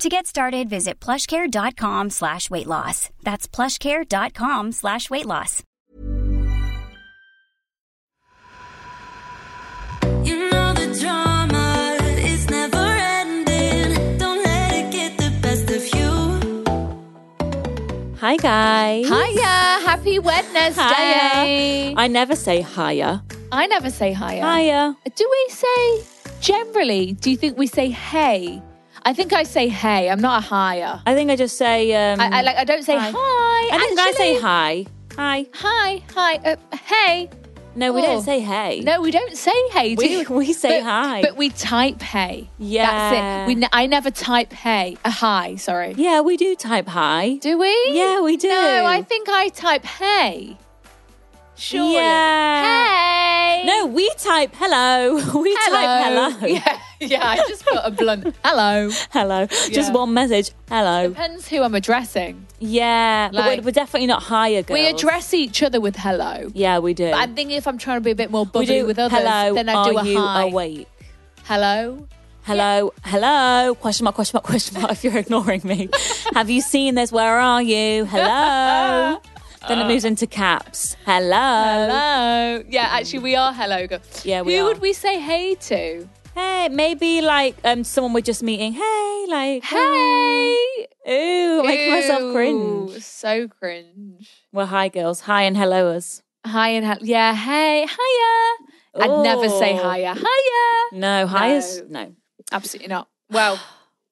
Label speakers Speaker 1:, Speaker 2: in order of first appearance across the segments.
Speaker 1: To get started, visit plushcare.com slash weight loss. That's plushcare.com slash weight loss.
Speaker 2: You know the drama is never ending. Don't let it get the best of you.
Speaker 3: Hi guys.
Speaker 4: Hiya! Happy Wednesday!
Speaker 3: I never say hiya.
Speaker 4: I never say hiya.
Speaker 3: Hiya.
Speaker 4: Do we say generally? Do you think we say hey? I think I say hey. I'm not a hiya.
Speaker 3: I think I just say um
Speaker 4: I, I like. I don't say hi.
Speaker 3: Hi. I think I say
Speaker 4: actually.
Speaker 3: hi. Hi.
Speaker 4: Hi. Hi. Uh, hey.
Speaker 3: No, we don't
Speaker 4: Oh.
Speaker 3: say hey.
Speaker 4: No, we don't say hey. Do
Speaker 3: We-
Speaker 4: we,
Speaker 3: we say
Speaker 4: but,
Speaker 3: hi.
Speaker 4: but we type hey.
Speaker 3: Yeah.
Speaker 4: That's it. We. Ne- I never type hey. A hi. Sorry.
Speaker 3: Yeah, we do type hi.
Speaker 4: Do we?
Speaker 3: Yeah, we do.
Speaker 4: No, I think I type hey. Surely.
Speaker 3: Yeah.
Speaker 4: Hey.
Speaker 3: No, we type hello. We type hello.
Speaker 4: Yeah, yeah. I just put a blunt hello.
Speaker 3: Hello. Just
Speaker 4: Yeah.
Speaker 3: one message. Hello.
Speaker 4: Depends who I'm addressing.
Speaker 3: Yeah. but we're,
Speaker 4: Like-
Speaker 3: we're definitely not higher girls.
Speaker 4: We address each other with hello.
Speaker 3: Yeah, we do.
Speaker 4: But I'm thinking if I'm trying to be a bit more
Speaker 3: we
Speaker 4: bubbly
Speaker 3: do
Speaker 4: with others,
Speaker 3: hello.
Speaker 4: then I do
Speaker 3: are
Speaker 4: a
Speaker 3: you
Speaker 4: hi.
Speaker 3: awake?
Speaker 4: Hello.
Speaker 3: Hello, hello, question mark, question mark, question mark, if you're ignoring me. Have you seen this? Where are you? Hello. then it moves into caps. Hello.
Speaker 4: Uh. Hello. Yeah, actually, we are hello. Girl.
Speaker 3: Yeah, we
Speaker 4: Who
Speaker 3: are.
Speaker 4: would we say hey to?
Speaker 3: Hey, maybe like um, someone we're just meeting. Hey, like,
Speaker 4: Hey.
Speaker 3: ooh, making myself
Speaker 4: Ew,
Speaker 3: cringe.
Speaker 4: So cringe.
Speaker 3: Well, hi, girls. Hi and hello us.
Speaker 4: Hi and hello. Yeah. Hey. Hiya. I'd never say
Speaker 3: Ooh.
Speaker 4: hiya. Hiya.
Speaker 3: No, hi
Speaker 4: No.
Speaker 3: is no.
Speaker 4: Absolutely not. Well,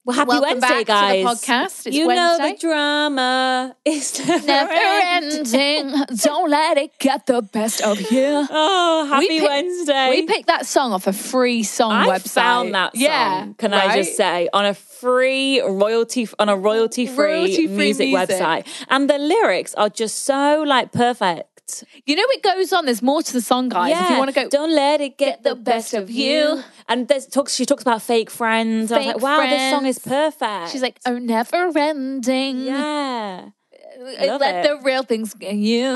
Speaker 3: Well, happy
Speaker 4: Welcome
Speaker 3: Wednesday,
Speaker 4: back to
Speaker 3: guys.
Speaker 4: the podcast. It's
Speaker 3: you know
Speaker 4: Wednesday.
Speaker 3: the drama. It's never,
Speaker 4: never
Speaker 3: end.
Speaker 4: ending. Don't let it get the best of you.
Speaker 3: Oh, happy
Speaker 4: pick-
Speaker 3: Wednesday.
Speaker 4: We picked that song off a free song
Speaker 3: I
Speaker 4: website.
Speaker 3: found that song.
Speaker 4: Yeah,
Speaker 3: can I just
Speaker 4: right?
Speaker 3: say on a free royalty on a royalty free
Speaker 4: Royalty-free
Speaker 3: music,
Speaker 4: music.
Speaker 3: website, and the lyrics are just so like perfect.
Speaker 4: You know, it goes on. There's more to the song, guys. If you want to go,
Speaker 3: don't let it get, the, best, of you.
Speaker 4: you.
Speaker 3: And there's talks. She talks about fake friends. I was
Speaker 4: Fake
Speaker 3: like, wow, this song is perfect.
Speaker 4: she's like, mm. "Oh, never ending.
Speaker 3: yeah, love it.
Speaker 4: Let the real things get you.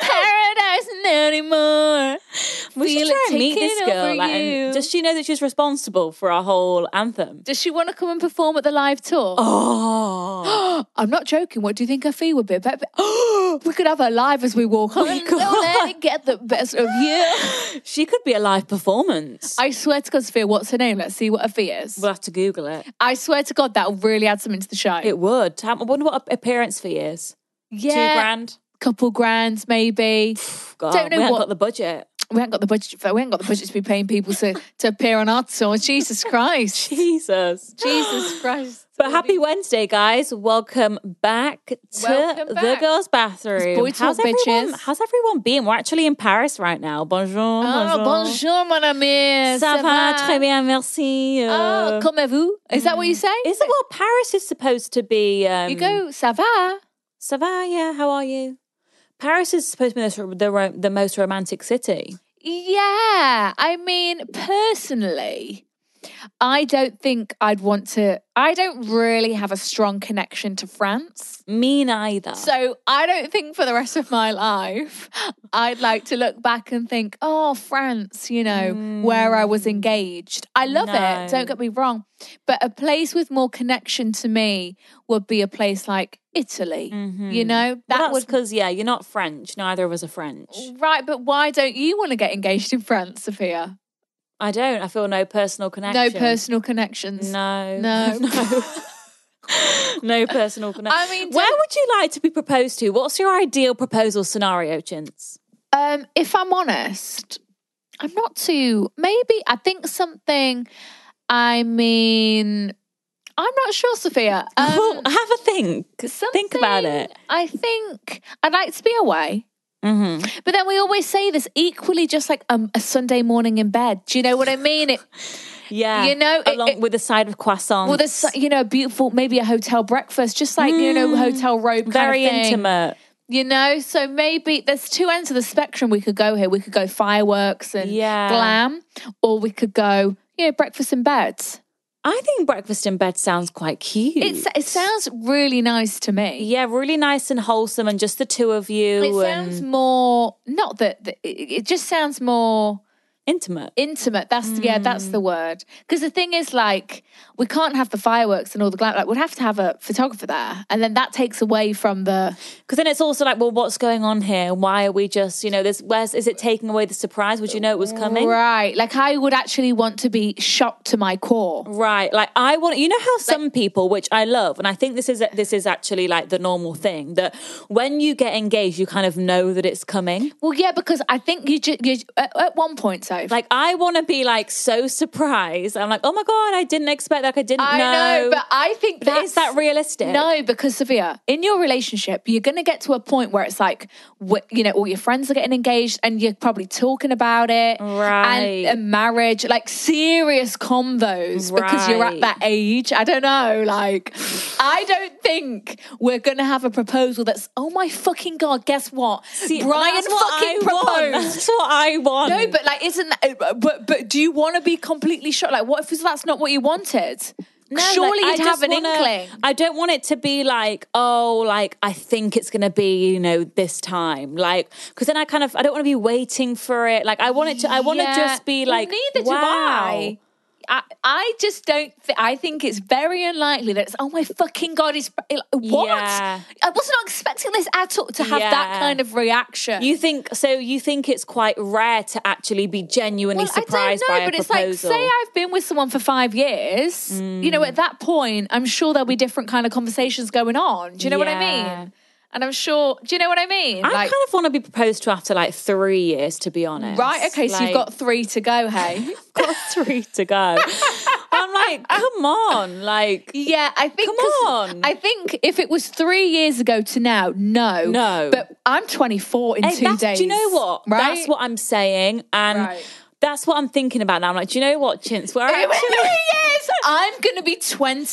Speaker 4: Paradise anymore.
Speaker 3: we
Speaker 4: Feel
Speaker 3: should
Speaker 4: it
Speaker 3: try and meet
Speaker 4: taking
Speaker 3: this girl.
Speaker 4: over
Speaker 3: Like, and
Speaker 4: you.
Speaker 3: does she know that she's responsible for our whole anthem?
Speaker 4: Does she want to come and perform at the live tour?
Speaker 3: Oh,
Speaker 4: I'm not joking. What do you think her fee would be? Bet- we could have her live as we walk on.
Speaker 3: my
Speaker 4: Don't
Speaker 3: God.
Speaker 4: let it get the best of you.
Speaker 3: she could be a live performance.
Speaker 4: I swear to God, Sophia, what's her name? Let's see what her fee is.
Speaker 3: we'll have to Google it.
Speaker 4: I swear to God, that'll really add something to the show.
Speaker 3: It would. I wonder what a- appearance fee is.
Speaker 4: yeah,
Speaker 3: Two grand.
Speaker 4: couple grand maybe.
Speaker 3: God,
Speaker 4: Don't know
Speaker 3: we haven't
Speaker 4: what-
Speaker 3: got the budget.
Speaker 4: We haven't got the budget. For, we haven't got the budget to be paying people to, to appear on our tour. Jesus Christ!
Speaker 3: Jesus.
Speaker 4: Jesus Christ!
Speaker 3: But happy Wednesday, guys. Welcome back to
Speaker 4: Welcome
Speaker 3: the
Speaker 4: back.
Speaker 3: girls' bathroom.
Speaker 4: It's boy
Speaker 3: how's,
Speaker 4: talk,
Speaker 3: everyone,
Speaker 4: bitches.
Speaker 3: how's everyone been? We're actually in Paris right now. Bonjour.
Speaker 4: Oh, bonjour, mon ami.
Speaker 3: Ça va? Très bien, merci.
Speaker 4: Oh,
Speaker 3: Uh,
Speaker 4: comment vous? Is that what you say?
Speaker 3: is it what Paris is supposed to be? Um,
Speaker 4: you go? Ça va?
Speaker 3: Ça va? Yeah, how are you? Paris is supposed to be the, the, ro- the most romantic city.
Speaker 4: Yeah. I mean, personally, I don't think I'd want to. I don't really have a strong connection to France.
Speaker 3: Me neither.
Speaker 4: So I don't think for the rest of my life I'd like to look back and think, oh, France, you know, where I was engaged. I love
Speaker 3: Hmm. No.
Speaker 4: it, don't get me wrong. But a place with more connection to me would be a place like Italy. You know?
Speaker 3: Mm-hmm. Well,
Speaker 4: That
Speaker 3: that's
Speaker 4: would Oh.
Speaker 3: because yeah, you're not French. Neither of us are French.
Speaker 4: Right, but why don't you want to get engaged in France, Sophia?
Speaker 3: I don't. I feel no personal connection.
Speaker 4: No personal connections.
Speaker 3: No.
Speaker 4: No.
Speaker 3: no personal connection.
Speaker 4: I mean,
Speaker 3: where
Speaker 4: don't-
Speaker 3: would you like to be proposed to? What's your ideal proposal scenario, Chintz?
Speaker 4: Um, if I'm honest, I'm not too. Maybe I think something. I mean, I'm not sure, Sophia.
Speaker 3: well,
Speaker 4: Um,
Speaker 3: have a think. Think about
Speaker 4: something-
Speaker 3: it.
Speaker 4: I think I'd like to be away.
Speaker 3: hmm
Speaker 4: But then we always say this equally, just like um, a Sunday morning in bed. Do you know what I mean? It,
Speaker 3: Yeah,
Speaker 4: You know, it-
Speaker 3: along
Speaker 4: it-
Speaker 3: with a side of croissants.
Speaker 4: well, there's you know a beautiful, maybe a hotel breakfast, just like you know hotel robe, kind
Speaker 3: Mm. very
Speaker 4: of thing.
Speaker 3: intimate.
Speaker 4: You know, so maybe there's two ends of the spectrum we could go here. We could go fireworks and
Speaker 3: Yeah.
Speaker 4: glam, or we could go, you know, breakfast in beds.
Speaker 3: I think breakfast in bed sounds quite cute.
Speaker 4: It's, it sounds really nice to me.
Speaker 3: yeah, really nice and wholesome, and just the two of you,
Speaker 4: It
Speaker 3: and
Speaker 4: sounds more, not that, that- it it just sounds more
Speaker 3: intimate.
Speaker 4: intimate. That's,
Speaker 3: Hmm.
Speaker 4: yeah, that's the word. Because the thing is, like, we can't have the fireworks and all the glam. Like, we'd have to have a photographer there. And then that takes away from the,
Speaker 3: Because then it's also like, well, what's going on here? Why are we just, you know, this? Where's is it taking away the surprise? Would you know it was coming?
Speaker 4: right. Like, I would actually want to be shot to my core.
Speaker 3: Right, like I want you know how some people, which I love, and I think this is this is actually like the normal thing that when you get engaged, you kind of know that it's coming.
Speaker 4: Well, yeah, because I think you just you, at, at one point, so
Speaker 3: Like I want to be like so surprised. I'm like, oh my god, I didn't expect that. Like, I didn't
Speaker 4: I know, but I think
Speaker 3: But
Speaker 4: that's,
Speaker 3: is that realistic?
Speaker 4: No, because Sophia, in your relationship, you're going to get to a point where it's like, wh- you know, all your friends are getting engaged, and you're probably talking about it,
Speaker 3: Right.
Speaker 4: And, and marriage, like serious convos, because you're at
Speaker 3: Right.
Speaker 4: that age. I don't know, like, I don't think we're going to have a proposal that's, oh my fucking god, guess what,
Speaker 3: See,
Speaker 4: Brian
Speaker 3: that's what
Speaker 4: fucking
Speaker 3: I want.
Speaker 4: proposed.
Speaker 3: That's what I want.
Speaker 4: No, but like, isn't that? uh, But but do you want to be completely shocked? Like, what if that's not what you wanted?
Speaker 3: No, like,
Speaker 4: Surely
Speaker 3: I
Speaker 4: you'd have
Speaker 3: just
Speaker 4: an
Speaker 3: wanna-
Speaker 4: inkling.
Speaker 3: I don't want it to be like, oh, like I think it's gonna be, you know, this time, like, because then I kind of I don't want to be waiting for it. Like, I want it to. I want
Speaker 4: Yeah.
Speaker 3: to just be
Speaker 4: Well,
Speaker 3: like,
Speaker 4: neither do
Speaker 3: wow.
Speaker 4: I. I, I just don't. Th- I think it's very unlikely that it's. Oh my fucking god! It's what?
Speaker 3: Yeah.
Speaker 4: I was not expecting this at all to have that
Speaker 3: Yeah.
Speaker 4: kind of reaction.
Speaker 3: You think so? You think it's quite rare to actually be genuinely
Speaker 4: Well,
Speaker 3: surprised
Speaker 4: I don't know,
Speaker 3: by a
Speaker 4: but it's
Speaker 3: proposal?
Speaker 4: like, say I've been with someone for five years. You know, at that point, I'm sure there'll be different kind of conversations going on. Do you know what I
Speaker 3: Yeah.
Speaker 4: mean? And I'm sure. Do you know what I mean?
Speaker 3: I kind of want to be proposed to after like three years, to be honest.
Speaker 4: Right. Okay. so you've
Speaker 3: Like,
Speaker 4: got three to go. Hey.
Speaker 3: got three to go. I'm like, come on, like.
Speaker 4: yeah. I think.
Speaker 3: Come
Speaker 4: 'cause
Speaker 3: on.
Speaker 4: I think if it was three years ago to now, no,
Speaker 3: No.
Speaker 4: But I'm 24 in
Speaker 3: Hey,
Speaker 4: two
Speaker 3: that's-
Speaker 4: days.
Speaker 3: Do you know what?
Speaker 4: Right.
Speaker 3: That's what I'm saying, and
Speaker 4: Right.
Speaker 3: that's what I'm thinking about now. I'm like, do you know what, Chintz? We're
Speaker 4: Three
Speaker 3: actually
Speaker 4: years. I'm gonna be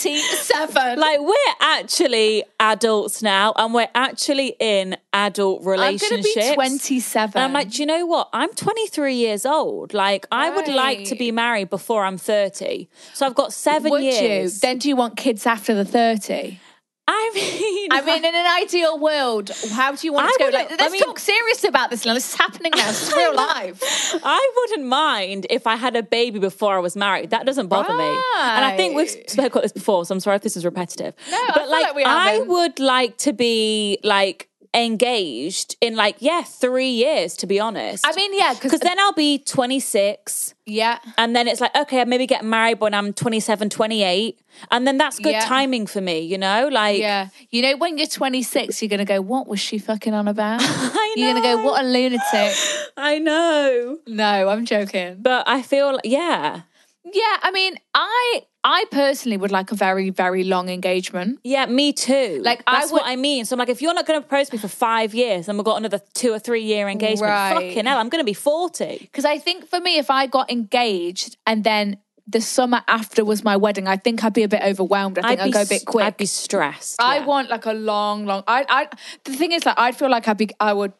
Speaker 4: 27.
Speaker 3: like we're actually adults now, and we're actually in adult
Speaker 4: I'm gonna
Speaker 3: relationships.
Speaker 4: be 27.
Speaker 3: And I'm like, do you know what? I'm 23 years old. Like, I would like to
Speaker 4: Right.
Speaker 3: be married before I'm 30. So I've got seven
Speaker 4: Would
Speaker 3: years.
Speaker 4: you? Then do you want kids after the 30?
Speaker 3: I mean,
Speaker 4: I mean, in an ideal world, how do you want
Speaker 3: I
Speaker 4: it to go?
Speaker 3: wouldn't-
Speaker 4: Like,
Speaker 3: I
Speaker 4: let's
Speaker 3: mean-
Speaker 4: talk serious about this now. This is happening now. This is real life.
Speaker 3: I wouldn't mind if I had a baby before I was married. That doesn't bother me. And I think we've
Speaker 4: Right.
Speaker 3: spoke about this before, so I'm sorry if this is repetitive.
Speaker 4: No, I
Speaker 3: but
Speaker 4: feel
Speaker 3: like,
Speaker 4: like we
Speaker 3: I
Speaker 4: haven't.
Speaker 3: would like to be like engaged in like yeah, three years to be honest.
Speaker 4: I mean, yeah,
Speaker 3: because
Speaker 4: because
Speaker 3: then I'll be 26.
Speaker 4: yeah,
Speaker 3: And then it's like, okay, I maybe get married when I'm 27, 28. And then that's good
Speaker 4: Yeah.
Speaker 3: timing for me, you know? Like,
Speaker 4: yeah. You know, when you're 26, you're gonna go, "What was she fucking on about?"
Speaker 3: I know.
Speaker 4: You're gonna go, "What a lunatic."
Speaker 3: I know.
Speaker 4: no, I'm joking.
Speaker 3: But I feel, like, yeah.
Speaker 4: Yeah, I mean, I I personally would like a very very long engagement.
Speaker 3: Yeah, me too.
Speaker 4: Like, I
Speaker 3: that's
Speaker 4: would-
Speaker 3: what I mean. So I'm like, if you're not going to propose to me for five years, then we've got another two or three year engagement.
Speaker 4: Right.
Speaker 3: Fucking hell, I'm going to be forty.
Speaker 4: Because I think for me, if I got engaged and then the summer after was my wedding, I think I'd be a bit overwhelmed. I think I'd,
Speaker 3: be
Speaker 4: go a bit
Speaker 3: st-
Speaker 4: quick.
Speaker 3: I'd be stressed.
Speaker 4: I
Speaker 3: yeah.
Speaker 4: want like a long, long. I, I. The thing is, like, I'd feel like I'd be. I would.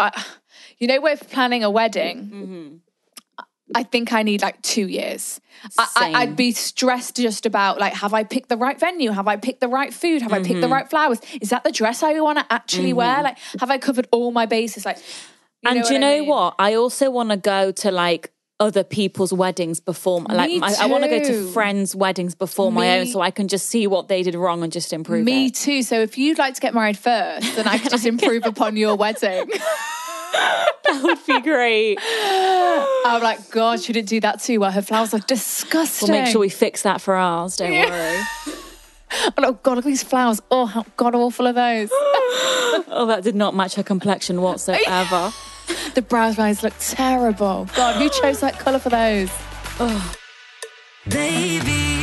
Speaker 4: I, you know, with planning a wedding,
Speaker 3: Mm-hmm.
Speaker 4: I think I need like two years. I, I,
Speaker 3: Same.
Speaker 4: I'd be stressed just about like, have I picked the right venue? Have I picked the right food? Have I picked
Speaker 3: Mm-hmm.
Speaker 4: the right flowers? Is that the dress I want to actually wear? Like, have I covered all my bases? Like, you
Speaker 3: and
Speaker 4: know
Speaker 3: do you
Speaker 4: what I
Speaker 3: know
Speaker 4: mean?
Speaker 3: what? I also want to go to like other people's weddings before. my- Like,
Speaker 4: Me
Speaker 3: my, I want to go
Speaker 4: too.
Speaker 3: to friends' weddings before my own,
Speaker 4: Me-
Speaker 3: so I can just see what they did wrong and just improve.
Speaker 4: Me
Speaker 3: it.
Speaker 4: too. So if you'd like to get married first, then I could just improve upon your wedding.
Speaker 3: that would be great.
Speaker 4: I'm like, God, she didn't do that too well. Her flowers are disgusting.
Speaker 3: We'll make sure we fix that for ours. Don't worry.
Speaker 4: And, oh God, look at these flowers. Oh, how god awful are those?
Speaker 3: Oh, that did not match her complexion whatsoever.
Speaker 4: the brows lines look terrible. God, who chose that colour for those?
Speaker 2: Baby,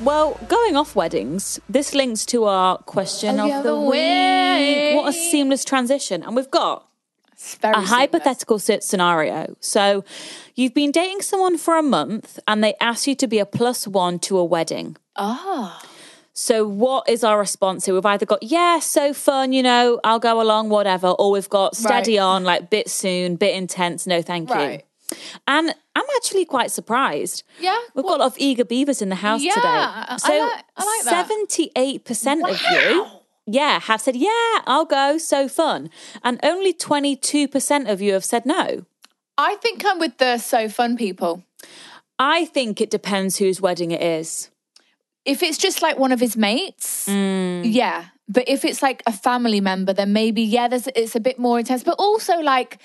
Speaker 3: Well, going off weddings, this links to our question
Speaker 4: Of
Speaker 3: of,
Speaker 4: the
Speaker 3: the,
Speaker 4: other
Speaker 3: week.
Speaker 4: week.
Speaker 3: What a seamless transition. And we've got
Speaker 4: It's very
Speaker 3: a hypothetical si- scenario. So you've been dating someone for a month and they ask you to be a plus one to a wedding.
Speaker 4: Ah.
Speaker 3: So what is our response here? We've either got, yeah, so fun, you know, I'll go along, whatever, or we've got steady
Speaker 4: Right.
Speaker 3: on, like bit soon, bit intense, no thank
Speaker 4: Right.
Speaker 3: you. And I'm actually quite surprised.
Speaker 4: Yeah,
Speaker 3: We've got a lot of eager beavers in the house
Speaker 4: Yeah, I
Speaker 3: today. So
Speaker 4: like- I like that.
Speaker 3: 78% of you yeah, have said, yeah, I'll go, so fun. And only 22% of you have said no.
Speaker 4: I think I'm with the so fun people.
Speaker 3: I think it depends whose wedding it is.
Speaker 4: If it's just like one of his mates,
Speaker 3: Mm.
Speaker 4: yeah. But if it's like a family member, then maybe yeah, there's it's a bit more intense. But also like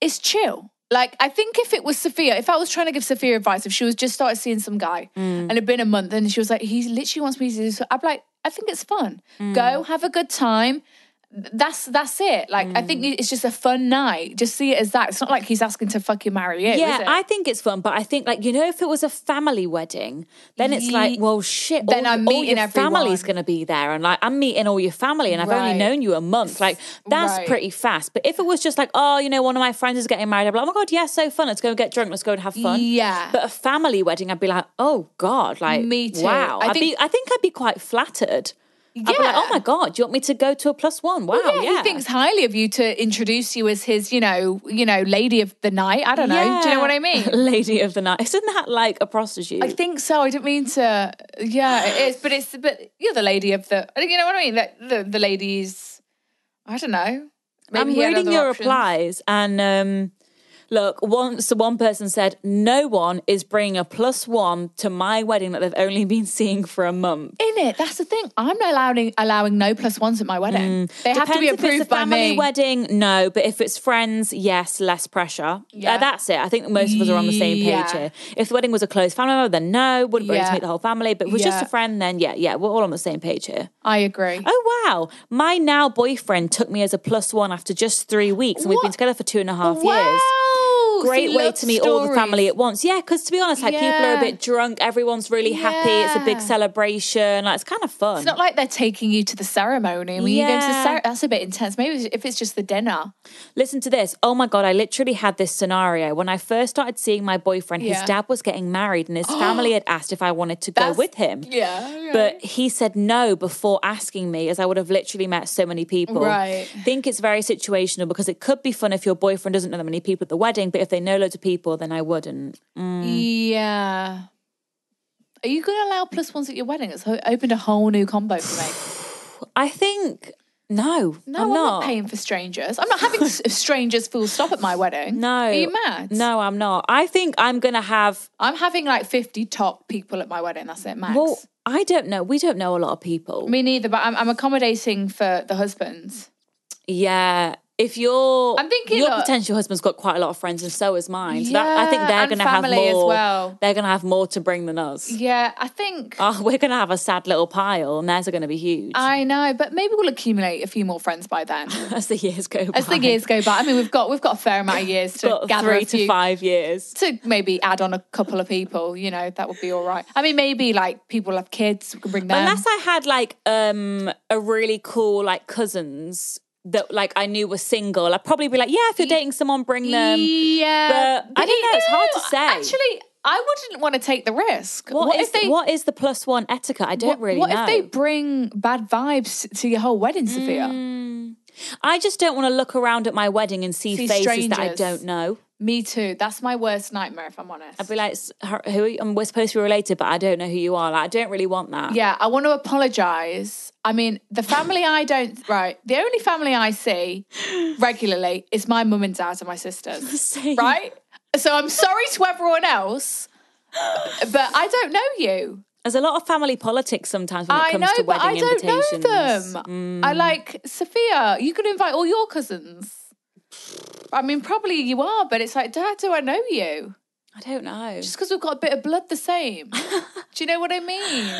Speaker 4: it's chill. Like I think if it was Sophia, if I was trying to give Sophia advice, if she was just started seeing some guy
Speaker 3: Mm.
Speaker 4: and it'd been a month, and she was like, he literally wants me to do this, I'd be like, I think it's fun.
Speaker 3: Mm.
Speaker 4: Go have a good time. That's that's it. Like I think
Speaker 3: Mm.
Speaker 4: it's just a fun night. Just see it as that. It's not like he's asking to fucking marry you. is
Speaker 3: yeah,
Speaker 4: it?
Speaker 3: I think it's fun, but I think like you know, if it was a family wedding, then it's like,
Speaker 4: Ye-
Speaker 3: well, shit.
Speaker 4: Then
Speaker 3: all,
Speaker 4: I'm
Speaker 3: all
Speaker 4: meeting
Speaker 3: your family's
Speaker 4: everyone.
Speaker 3: going to be there, and like I'm meeting all your family, and I've only
Speaker 4: Right.
Speaker 3: known you a month. Like that's
Speaker 4: Right.
Speaker 3: pretty fast. But if it was just like, oh, you know, one of my friends is getting married, I'd be like, oh my god, yeah, so fun. Let's go and get drunk. Let's go and have fun.
Speaker 4: Yeah.
Speaker 3: But a family wedding, I'd be like, oh god, like
Speaker 4: Me too.
Speaker 3: Wow.
Speaker 4: I
Speaker 3: I would
Speaker 4: think-
Speaker 3: be, I think I'd be quite flattered. Yeah. I'd be like,
Speaker 4: Yeah.
Speaker 3: oh my god, you want me to go to a plus one? Wow.
Speaker 4: Oh, yeah, he thinks highly of you to introduce you as his, you know, you know, lady of the night. I don't know. Do you know what I mean?
Speaker 3: Lady of the night. Isn't that like a prostitute?
Speaker 4: I think so. I didn't mean to. Yeah, it is, but it's but you're the lady of the. You know what I mean? The the, the ladies. I don't know. Maybe
Speaker 3: I'm
Speaker 4: he had
Speaker 3: reading
Speaker 4: other
Speaker 3: your
Speaker 4: options.
Speaker 3: replies, and um, look, once one person said, "No one is bringing a plus one to my wedding that they've only been seeing for a month."
Speaker 4: In it, that's the thing. I'm not allowing allowing no plus ones at my wedding. they have to be
Speaker 3: Depends if
Speaker 4: approved
Speaker 3: it's a
Speaker 4: by
Speaker 3: family
Speaker 4: me.
Speaker 3: wedding, no. But if it's friends, yes, less pressure. Yeah,
Speaker 4: Yeah.
Speaker 3: that's it. I think most of us are on the same page
Speaker 4: Yeah.
Speaker 3: here. If the wedding was a close family member, then no, wouldn't be able to
Speaker 4: Yeah.
Speaker 3: meet the whole family. But if it was just
Speaker 4: Yeah.
Speaker 3: a friend, then yeah, yeah, we're all on the same page here.
Speaker 4: I agree.
Speaker 3: Oh wow, my now boyfriend took me as a plus one after just three weeks, and we've been
Speaker 4: What?
Speaker 3: together for two and a
Speaker 4: Oh,
Speaker 3: half years.
Speaker 4: Wow,
Speaker 3: great
Speaker 4: See,
Speaker 3: way
Speaker 4: Oh, love
Speaker 3: to meet all the family at
Speaker 4: stories.
Speaker 3: once. Yeah, because to be honest, like people are a
Speaker 4: Yeah.
Speaker 3: bit drunk, everyone's really happy, it's a big
Speaker 4: Yeah.
Speaker 3: celebration, like it's kind of fun.
Speaker 4: It's not like they're taking you to the ceremony. When you go to
Speaker 3: Yeah.
Speaker 4: the ceremony, that's a bit intense. Maybe if it's just the dinner.
Speaker 3: Listen to this. Oh my God, I literally had this scenario. When I first started seeing my boyfriend, his
Speaker 4: Yeah.
Speaker 3: dad was getting married and his family had asked if I wanted to go
Speaker 4: That's-
Speaker 3: with him.
Speaker 4: Yeah.
Speaker 3: But he said no before asking me, as I would have literally met so many people.
Speaker 4: Right.
Speaker 3: Think it's very situational because it could be fun if your boyfriend doesn't know that many people at the wedding, but if they know loads of people, then I wouldn't. Mm.
Speaker 4: Yeah. Are you going to allow plus ones at your wedding? It's ho- opened a whole new combo for me.
Speaker 3: I think no,
Speaker 4: No,
Speaker 3: I'm
Speaker 4: I'm, not.
Speaker 3: not
Speaker 4: paying for strangers. I'm not having s- strangers full stop at my wedding.
Speaker 3: No.
Speaker 4: Are you mad?
Speaker 3: No, I'm not. I think I'm going to have.
Speaker 4: I'm having like 50 top people at my wedding. That's it, max.
Speaker 3: Well, I don't know. We don't know a lot of people.
Speaker 4: me neither, but I'm, I'm accommodating for the husbands.
Speaker 3: yeah. If your
Speaker 4: I'm thinking
Speaker 3: your
Speaker 4: that-
Speaker 3: potential husband's got quite a lot of friends, and so is mine. So that, I think
Speaker 4: Yeah,
Speaker 3: they're
Speaker 4: and
Speaker 3: going to have
Speaker 4: family as
Speaker 3: more.
Speaker 4: well.
Speaker 3: They're going to have more to bring than us.
Speaker 4: Yeah, I think.
Speaker 3: Oh, we're going to have a sad little pile, and theirs are going to be huge
Speaker 4: I know, but maybe we'll accumulate a few more friends by then.
Speaker 3: as the years go.
Speaker 4: As the years go by, I mean, we've got we've got a fair amount of years to
Speaker 3: got
Speaker 4: gather
Speaker 3: three
Speaker 4: a few,
Speaker 3: to five years.
Speaker 4: to maybe add on a couple of people, you know, that would be all right. I mean, maybe like people have kids, we can bring them.
Speaker 3: Unless I had like um a really cool like cousins that like I knew were single, I'd probably be like, yeah, if you're dating someone, bring them.
Speaker 4: yeah,
Speaker 3: but I don't
Speaker 4: you
Speaker 3: know, it's hard to say.
Speaker 4: Actually, I wouldn't want to take the risk.
Speaker 3: What,
Speaker 4: What,
Speaker 3: is
Speaker 4: if they?
Speaker 3: what is the plus one etiquette? I don't
Speaker 4: what,
Speaker 3: really
Speaker 4: what
Speaker 3: know.
Speaker 4: if they bring bad vibes to your whole wedding, Sophia?
Speaker 3: Mm. I just don't want to look around at my wedding and see,
Speaker 4: See
Speaker 3: faces that I
Speaker 4: strangers.
Speaker 3: don't know.
Speaker 4: Me too. That's my worst nightmare, if I'm honest.
Speaker 3: I'd be like, "S- her- who are you? I'm- we're supposed to be related, but I don't know who you are. Like, I don't really want that.
Speaker 4: Yeah, I want to apologize. I mean, the family I don't, right, the only family I see regularly is my mum and dad and my sisters,
Speaker 3: Same.
Speaker 4: right? So I'm sorry to everyone else, but I don't know you.
Speaker 3: There's a lot of family politics sometimes when it
Speaker 4: I
Speaker 3: comes
Speaker 4: know,
Speaker 3: to
Speaker 4: but
Speaker 3: wedding
Speaker 4: I don't know
Speaker 3: invitations. Mm.
Speaker 4: them. I like, Sophia, you could invite all your cousins. I mean, probably you are, but it's like, Dad, do I know you?
Speaker 3: I don't know.
Speaker 4: Just because we've got a bit of blood the same. do you know what I mean?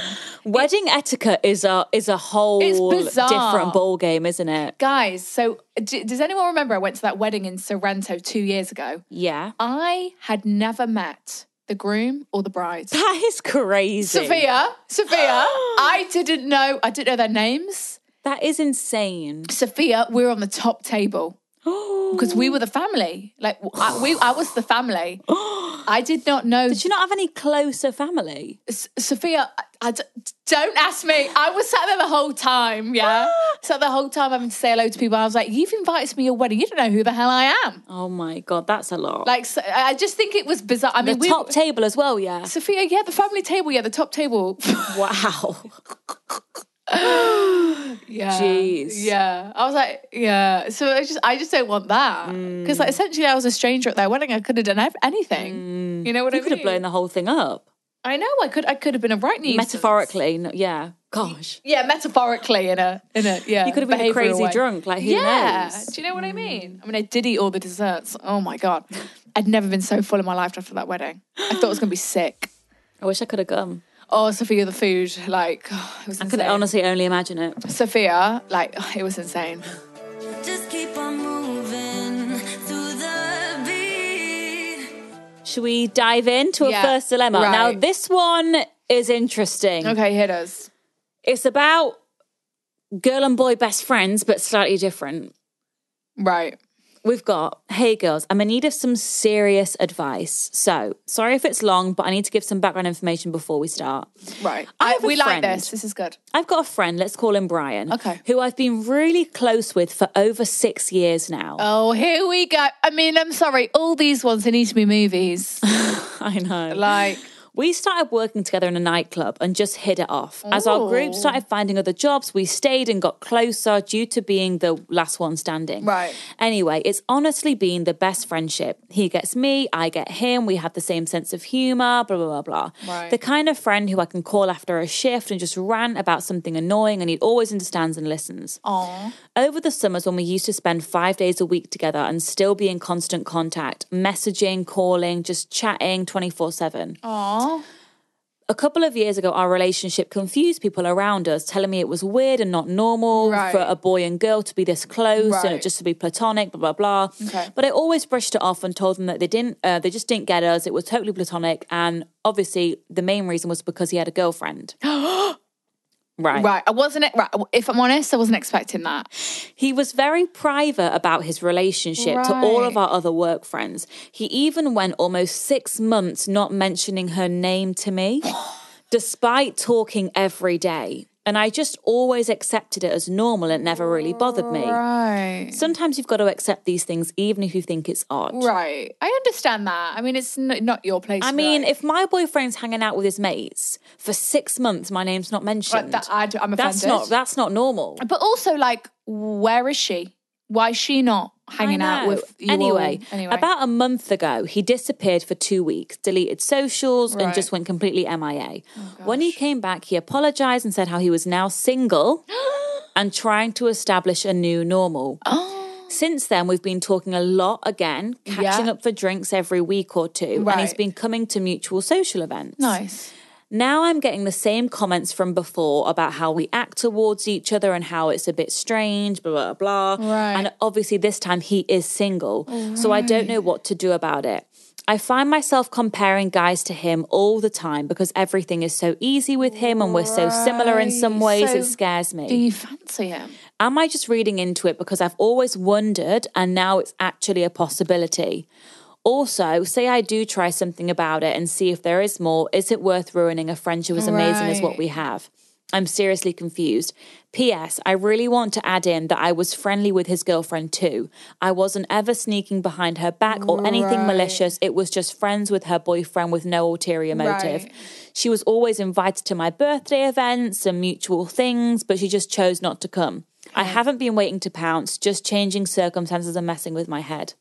Speaker 3: Wedding etiquette is a is a whole
Speaker 4: bizarre.
Speaker 3: different ball game, isn't it?
Speaker 4: Guys, so d- does anyone remember I went to that wedding in Sorrento two years ago?
Speaker 3: Yeah,
Speaker 4: I had never met the groom or the bride.
Speaker 3: that is crazy.
Speaker 4: Sophia, Sophia, I didn't know. I didn't know their names.
Speaker 3: That is insane.
Speaker 4: Sophia, we were on the top table because we were the family. Like w- I, we, I was the family. I did not know.
Speaker 3: Did you not have any closer family?
Speaker 4: S- Sophia, I, I d- don't ask me. I was sat there the whole time. Yeah, sat the whole time having to say hello to people. I was like, "You've invited me to your wedding. You don't know who the hell I am."
Speaker 3: Oh my god, that's a lot.
Speaker 4: Like, so, I I just think it was bizarre. I
Speaker 3: the
Speaker 4: mean, we,
Speaker 3: top table as well, yeah.
Speaker 4: Sophia, yeah, the family table, yeah, the top table.
Speaker 3: Wow.
Speaker 4: yeah,
Speaker 3: Jeez.
Speaker 4: yeah. I was like, yeah. So I just, I just don't want that because, like, essentially, I was a stranger at their wedding. I could have done ev- anything. You know what
Speaker 3: You
Speaker 4: I mean?
Speaker 3: could have blown the whole thing up.
Speaker 4: I know. I could. I could have been a right nuisance.
Speaker 3: Metaphorically, no, yeah. Gosh.
Speaker 4: Yeah, metaphorically, in a, in a, yeah.
Speaker 3: You could have been a
Speaker 4: behavioural
Speaker 3: crazy
Speaker 4: way.
Speaker 3: drunk, like who
Speaker 4: yeah.
Speaker 3: knows?
Speaker 4: Do you know what I mean? I mean, I did eat all the desserts. Oh my god, I'd never been so full in my life after that wedding. I thought it was gonna be sick.
Speaker 3: I wish I could have gone.
Speaker 4: Oh, Sophia, the food, like, it was
Speaker 3: I could
Speaker 4: insane.
Speaker 3: honestly only imagine it.
Speaker 4: Sophia, like, it was insane.
Speaker 2: Just keep on moving through the beat.
Speaker 3: Should we dive into a
Speaker 4: Yeah,
Speaker 3: first dilemma? Now,
Speaker 4: right.
Speaker 3: this one is interesting.
Speaker 4: Okay, hit us.
Speaker 3: It's about girl and boy best friends, but slightly different.
Speaker 4: Right.
Speaker 3: We've got, hey girls, I'm in need of some serious advice. So, sorry if it's long, but I need to give some background information before we start.
Speaker 4: Right.
Speaker 3: I have a
Speaker 4: we like
Speaker 3: friend.
Speaker 4: this. This is good.
Speaker 3: I've got a friend, let's call him Brian,
Speaker 4: Okay.
Speaker 3: who I've been really close with for over six years now.
Speaker 4: Oh, here we go. I mean, I'm sorry. All these ones, they need to be movies.
Speaker 3: I know.
Speaker 4: Like,
Speaker 3: We started working together in a nightclub and just hit it off. As our
Speaker 4: Oh.
Speaker 3: group started finding other jobs, we stayed and got closer due to being the last one standing.
Speaker 4: Right.
Speaker 3: Anyway, it's honestly been the best friendship. He gets me, I get him, we have the same sense of humor, blah, blah, blah, blah.
Speaker 4: Right.
Speaker 3: The kind of friend who I can call after a shift and just rant about something annoying and he always understands and listens.
Speaker 4: oh,
Speaker 3: Over the summers, when we used to spend five days a week together and still be in constant contact, messaging, calling, just chatting 24 7.
Speaker 4: oh,
Speaker 3: A couple of years ago, our relationship confused people around us, telling me it was weird and not normal
Speaker 4: Right.
Speaker 3: for a boy and girl to be this close and
Speaker 4: Right.
Speaker 3: it just to be platonic, blah blah blah.
Speaker 4: Okay.
Speaker 3: But I always brushed it off and told them that they didn't, uh, they just didn't get us. It was totally platonic, and obviously the main reason was because he had a girlfriend. right.
Speaker 4: right. I wasn't. e-, Right. If I'm honest, I wasn't expecting that.
Speaker 3: He was very private about his relationship to all of
Speaker 4: Right.
Speaker 3: our other work friends. He even went almost six months not mentioning her name to me, despite talking every day. And I just always accepted it as normal. It never really bothered me.
Speaker 4: Right.
Speaker 3: Sometimes you've got to accept these things, even if you think it's odd.
Speaker 4: Right. I understand that. I mean, it's n- not your place.
Speaker 3: I
Speaker 4: to be
Speaker 3: mean,
Speaker 4: like-
Speaker 3: if my boyfriend's hanging out with his mates for six months, my name's not mentioned.
Speaker 4: Like, that, I, am offended.
Speaker 3: that's not that's not normal.
Speaker 4: But also, like, where is she? Why is she not hanging
Speaker 3: I
Speaker 4: out
Speaker 3: know.
Speaker 4: with you? all?
Speaker 3: anyway,
Speaker 4: anyway.
Speaker 3: about a month ago, he disappeared for two weeks, deleted socials, and
Speaker 4: Right. Oh,
Speaker 3: just went completely MIA. when he came back, he apologized and said how he was now single and trying to establish a new normal.
Speaker 4: Oh.
Speaker 3: Since then, we've been talking a lot again, catching
Speaker 4: Yeah.
Speaker 3: up for drinks every week or two, and he's
Speaker 4: Right.
Speaker 3: been coming to mutual social events.
Speaker 4: nice.
Speaker 3: Now I'm getting the same comments from before about how we act towards each other and how it's a bit strange, blah, blah, blah.
Speaker 4: Right.
Speaker 3: And obviously, this time he is single. So I don't know what to do about it. I find myself comparing guys to him all the time because everything is so easy with him and we're so similar in some ways, it
Speaker 4: So
Speaker 3: scares me.
Speaker 4: Do you fancy him?
Speaker 3: Am I just reading into it because I've always wondered and now it's actually a possibility? Also, say I do try something about it and see if there is more, is it worth ruining a friendship as amazing as what
Speaker 4: Right.
Speaker 3: we have? I'm seriously confused. P.S. I really want to add in that I was friendly with his girlfriend too. I wasn't ever sneaking behind her back or anything malicious. It was just friends with her boyfriend with no ulterior motive.
Speaker 4: Right.
Speaker 3: She was always invited to my birthday events and mutual things, but she just chose not to come. I haven't been waiting to pounce, just changing circumstances and messing with my head.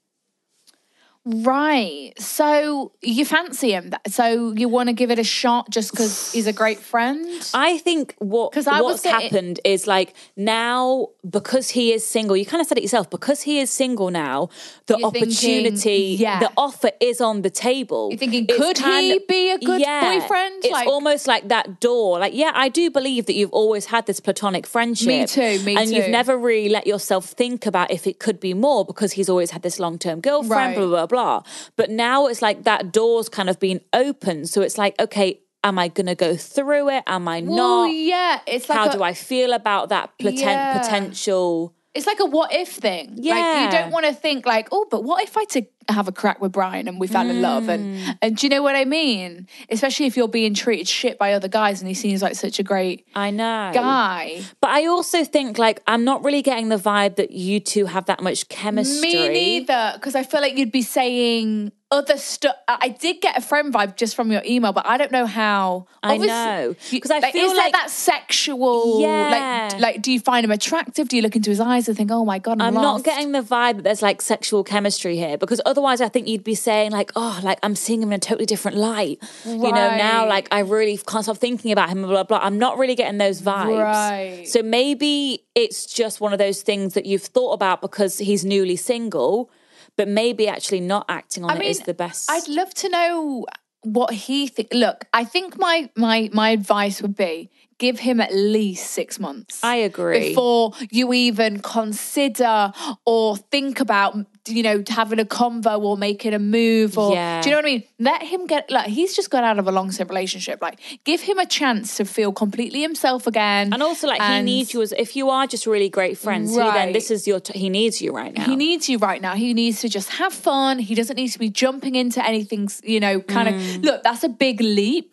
Speaker 4: Right. So you fancy him. That- So you want to give it a shot just because he's a great friend?
Speaker 3: I think what
Speaker 4: 'Cause I
Speaker 3: what's
Speaker 4: was gonna-
Speaker 3: happened is like now because he is single, you kind of said it yourself. Because he is single now, the
Speaker 4: You're thinking,
Speaker 3: opportunity,
Speaker 4: yeah.
Speaker 3: the offer is on the table.
Speaker 4: You're thinking,
Speaker 3: It's
Speaker 4: could he be a good boyfriend?
Speaker 3: It's
Speaker 4: Like-
Speaker 3: almost like that door. Like, yeah, I do believe that you've always had this platonic friendship.
Speaker 4: too, me
Speaker 3: and you've
Speaker 4: too.
Speaker 3: never really let yourself think about if it could be more because he's always had this long term girlfriend.
Speaker 4: Right.
Speaker 3: Blah blah blah. But now it's like that door's kind of been open, so it's like okay. Am I going to go through it? Am I not?
Speaker 4: well, yeah. It's like
Speaker 3: how
Speaker 4: a,
Speaker 3: do I feel about that poten-
Speaker 4: Yeah.
Speaker 3: potential?
Speaker 4: It's like a what if thing. Like
Speaker 3: Yeah.
Speaker 4: you don't want to think like, oh, but what if I to have a crack with Brian and we fell in love
Speaker 3: Hmm.
Speaker 4: and and do you know what I mean? Especially if you're being treated shit by other guys and he seems like such a great
Speaker 3: I know.
Speaker 4: guy.
Speaker 3: But I also think like I'm not really getting the vibe that you two have that much chemistry.
Speaker 4: Me neither, because I feel like you'd be saying other stuff. I I did get a friend vibe just from your email, but I don't know how.
Speaker 3: I
Speaker 4: Obviously-
Speaker 3: know.
Speaker 4: you-
Speaker 3: 'Cause I feel
Speaker 4: is there
Speaker 3: like-
Speaker 4: that sexual.
Speaker 3: Yeah.
Speaker 4: Like, like, do you find him attractive? Do you look into his eyes and think, oh my god, I'm,
Speaker 3: I'm not
Speaker 4: lost?
Speaker 3: getting the vibe that there's like sexual chemistry here because otherwise I think you'd be saying like, oh, like I'm seeing him in a totally different light. You know, now
Speaker 4: Right.
Speaker 3: like I really can't stop thinking about him, blah, blah, blah. I'm not really getting those vibes.
Speaker 4: Right.
Speaker 3: So maybe it's just one of those things that you've thought about because he's newly single, but maybe actually not acting on it is the best.
Speaker 4: I'd love to know what he think. Look, I think my my my advice would be give him at least six months.
Speaker 3: I agree.
Speaker 4: Before you even consider or think about, you know, having a convo or making a move or
Speaker 3: Yeah.
Speaker 4: do you know what I mean? Let him get like he's just got out of a long term relationship. Like, give him a chance to feel completely himself again.
Speaker 3: And also, like,
Speaker 4: and-
Speaker 3: he needs you as if you are just really great friends. He then
Speaker 4: Right.
Speaker 3: this is your t- he needs you right now.
Speaker 4: He needs you right now. He needs to just have fun. He doesn't need to be jumping into anything, you know, kind
Speaker 3: Mm.
Speaker 4: of look, that's a big leap.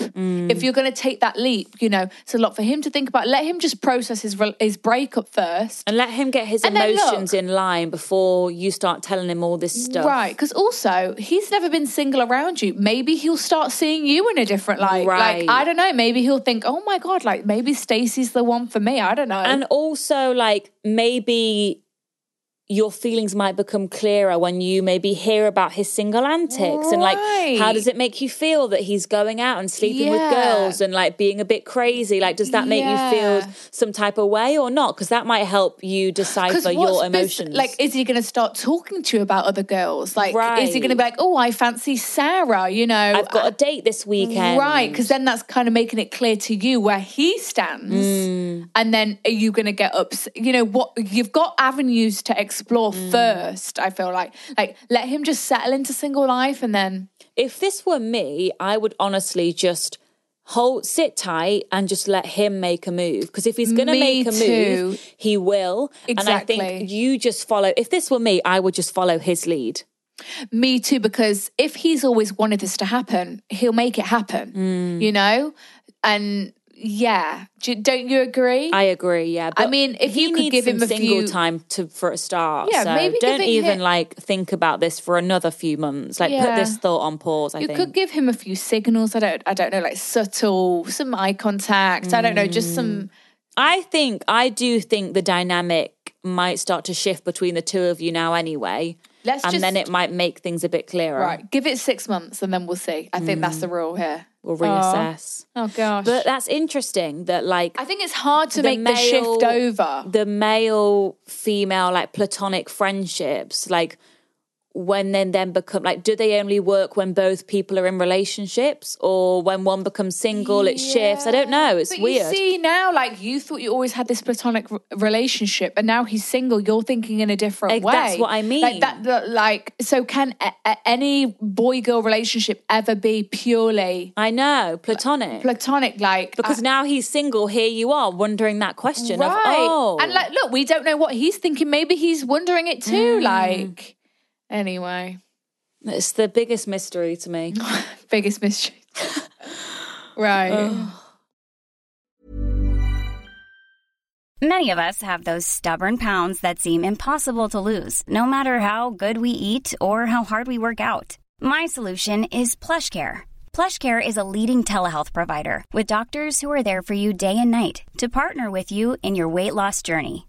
Speaker 4: If you're going to take that leap, you know, it's a lot for him to think about. Let him just process his rel- his breakup first.
Speaker 3: and let him get his
Speaker 4: And then
Speaker 3: emotions
Speaker 4: look.
Speaker 3: in line before you start telling him all this stuff.
Speaker 4: Right, because also he's never been single around you. Maybe he'll start seeing you in a different light.
Speaker 3: Right.
Speaker 4: Like I don't know. Maybe he'll think, "Oh my god, like maybe Stacey's the one for me." I don't know.
Speaker 3: And also, like, maybe your feelings might become clearer when you maybe hear about his single antics and like how
Speaker 4: Right.
Speaker 3: does it make you feel that he's going out and sleeping with
Speaker 4: Yeah.
Speaker 3: girls and like being a bit crazy like does that make you
Speaker 4: Yeah.
Speaker 3: feel some type of way or not because that might help you decipher your
Speaker 4: what's bus-
Speaker 3: emotions
Speaker 4: like, is he going to start talking to you about other girls? Like, is he
Speaker 3: Right.
Speaker 4: going to be like, oh, I fancy Sarah? You know,
Speaker 3: I've got a date this weekend.
Speaker 4: Right, because then that's kind of making it clear to you where he stands.
Speaker 3: Mm.
Speaker 4: And then are you going to get ups? You know what? You've got avenues to explore
Speaker 3: Mm.
Speaker 4: first. I feel like, like let him just settle into single life, and then
Speaker 3: If this were me, I would honestly just hold, sit tight, and just let him make a move. Because if he's going to
Speaker 4: Me
Speaker 3: make a
Speaker 4: too.
Speaker 3: move, he will. And I
Speaker 4: Exactly.
Speaker 3: think you just follow. If this were me, I would just follow his lead.
Speaker 4: me too. Because if he's always wanted this to happen, he'll make it happen.
Speaker 3: Mm.
Speaker 4: You know, and yeah, Do, don't you agree?
Speaker 3: I agree. Yeah. But
Speaker 4: mean, if
Speaker 3: he
Speaker 4: you could
Speaker 3: needs
Speaker 4: give
Speaker 3: some
Speaker 4: him a
Speaker 3: single
Speaker 4: few-
Speaker 3: time to for a start.
Speaker 4: Yeah,
Speaker 3: so
Speaker 4: maybe give
Speaker 3: don't
Speaker 4: it
Speaker 3: even
Speaker 4: hit-
Speaker 3: like think about this for another few months. Like put
Speaker 4: Yeah.
Speaker 3: this thought on pause. I
Speaker 4: you
Speaker 3: think.
Speaker 4: could give him a few signals. I don't. I don't know, like subtle, some eye contact. I don't know, just some.
Speaker 3: I think I do think the dynamic might start to shift between the two of you now anyway.
Speaker 4: Let's
Speaker 3: and
Speaker 4: just
Speaker 3: then it might make things a bit clearer.
Speaker 4: right. Give it six months, and then we'll see. I think that's the rule here.
Speaker 3: We'll reassess.
Speaker 4: Oh
Speaker 3: Mm.
Speaker 4: gosh,
Speaker 3: But that's interesting that like
Speaker 4: I think it's hard to
Speaker 3: the
Speaker 4: make the shift
Speaker 3: male-
Speaker 4: over.
Speaker 3: the male female like platonic friendships like when then then become like do they only work when both people are in relationships or when one becomes single it shifts i don't know it's
Speaker 4: But
Speaker 3: weird
Speaker 4: you see now, like you thought you always had this platonic r- relationship, and now he's single. You're thinking in a different
Speaker 3: Like,
Speaker 4: way.
Speaker 3: that's what I mean.
Speaker 4: Like that, that- like so. Can a, a- any boy-girl relationship ever be purely
Speaker 3: i know platonic
Speaker 4: platonic? Like
Speaker 3: because now he's single here you are wondering that question of oh
Speaker 4: And like, look, we don't know what he's thinking. Maybe he's wondering it
Speaker 3: Mm.
Speaker 4: too. Like, anyway,
Speaker 3: it's the biggest mystery to me
Speaker 4: biggest mystery. right.
Speaker 1: Many of us have those stubborn pounds that seem impossible to lose, no matter how good we eat or how hard we work out. My solution is PlushCare. PlushCare is a leading telehealth provider with doctors who are there for you day and night to partner with you in your weight loss journey.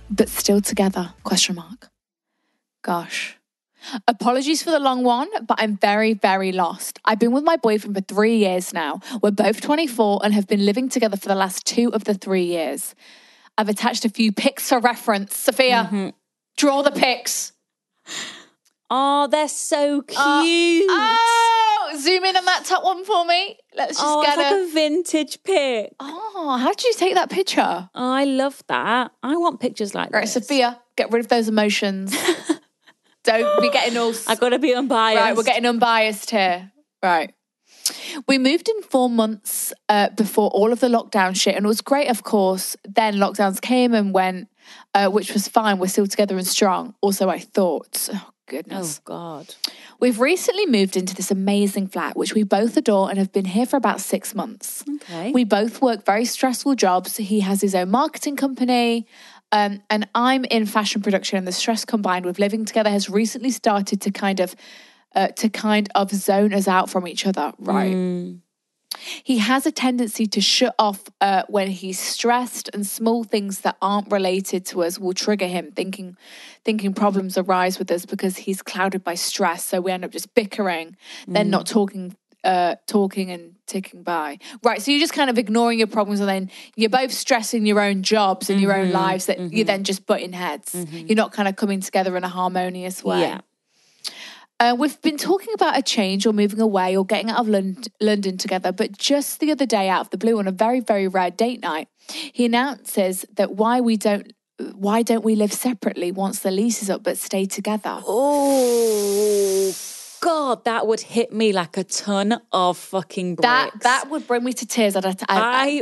Speaker 4: but still together, question mark. Gosh. Apologies for the long one, but I'm very, very lost. I've been with my boyfriend for three years now. We're both 24 and have been living together for the last two of the three years. I've attached a few pics for reference. Sophia,
Speaker 3: Mm-hmm.
Speaker 4: draw the pics.
Speaker 3: Oh, they're so cute.
Speaker 4: Oh, zoom in on that top one for me. Let's just
Speaker 3: Oh, it's
Speaker 4: get
Speaker 3: like
Speaker 4: a.
Speaker 3: a vintage pic.
Speaker 4: Oh, how did you take that picture?
Speaker 3: Oh, I love that. I want pictures like
Speaker 4: Right,
Speaker 3: this.
Speaker 4: Sophia, get rid of those emotions. Don't be getting all.
Speaker 3: I gotta be unbiased.
Speaker 4: Right, we're getting unbiased here. Right. We moved in four months uh, before all of the lockdown shit, and it was great, of course. Then lockdowns came and went, uh, which was fine. We're still together and strong. Also, I thought, oh,
Speaker 3: Oh
Speaker 4: goodness.
Speaker 3: God.
Speaker 4: We've recently moved into this amazing flat, which we both adore and have been here for about six months.
Speaker 3: Okay.
Speaker 4: We both work very stressful jobs. He has his own marketing company, um, and I'm in fashion production. And the stress combined with living together has recently started to kind of, uh, to kind of zone us out from each other. Right. He has a tendency to shut off uh, when he's stressed, and small things that aren't related to us will trigger him. Thinking, thinking problems arise with us because he's clouded by stress. So we end up just bickering, then not talking, uh, talking and ticking by. Right. So you're just kind of ignoring your problems, and then you're both stressing your own jobs and your own lives. That you're then just butting heads. You're not kind of coming together in a harmonious way.
Speaker 3: Yeah.
Speaker 4: Uh, we've been talking about a change or moving away or getting out of Lond- London together, but just the other day, out of the blue, on a very, very rare date night, he announces that why we don't why don't we live separately once the lease is up, but stay together?
Speaker 3: Oh God, that would hit me like a ton of fucking bricks.
Speaker 4: That that would bring me to tears. I'd, I'd, I'd-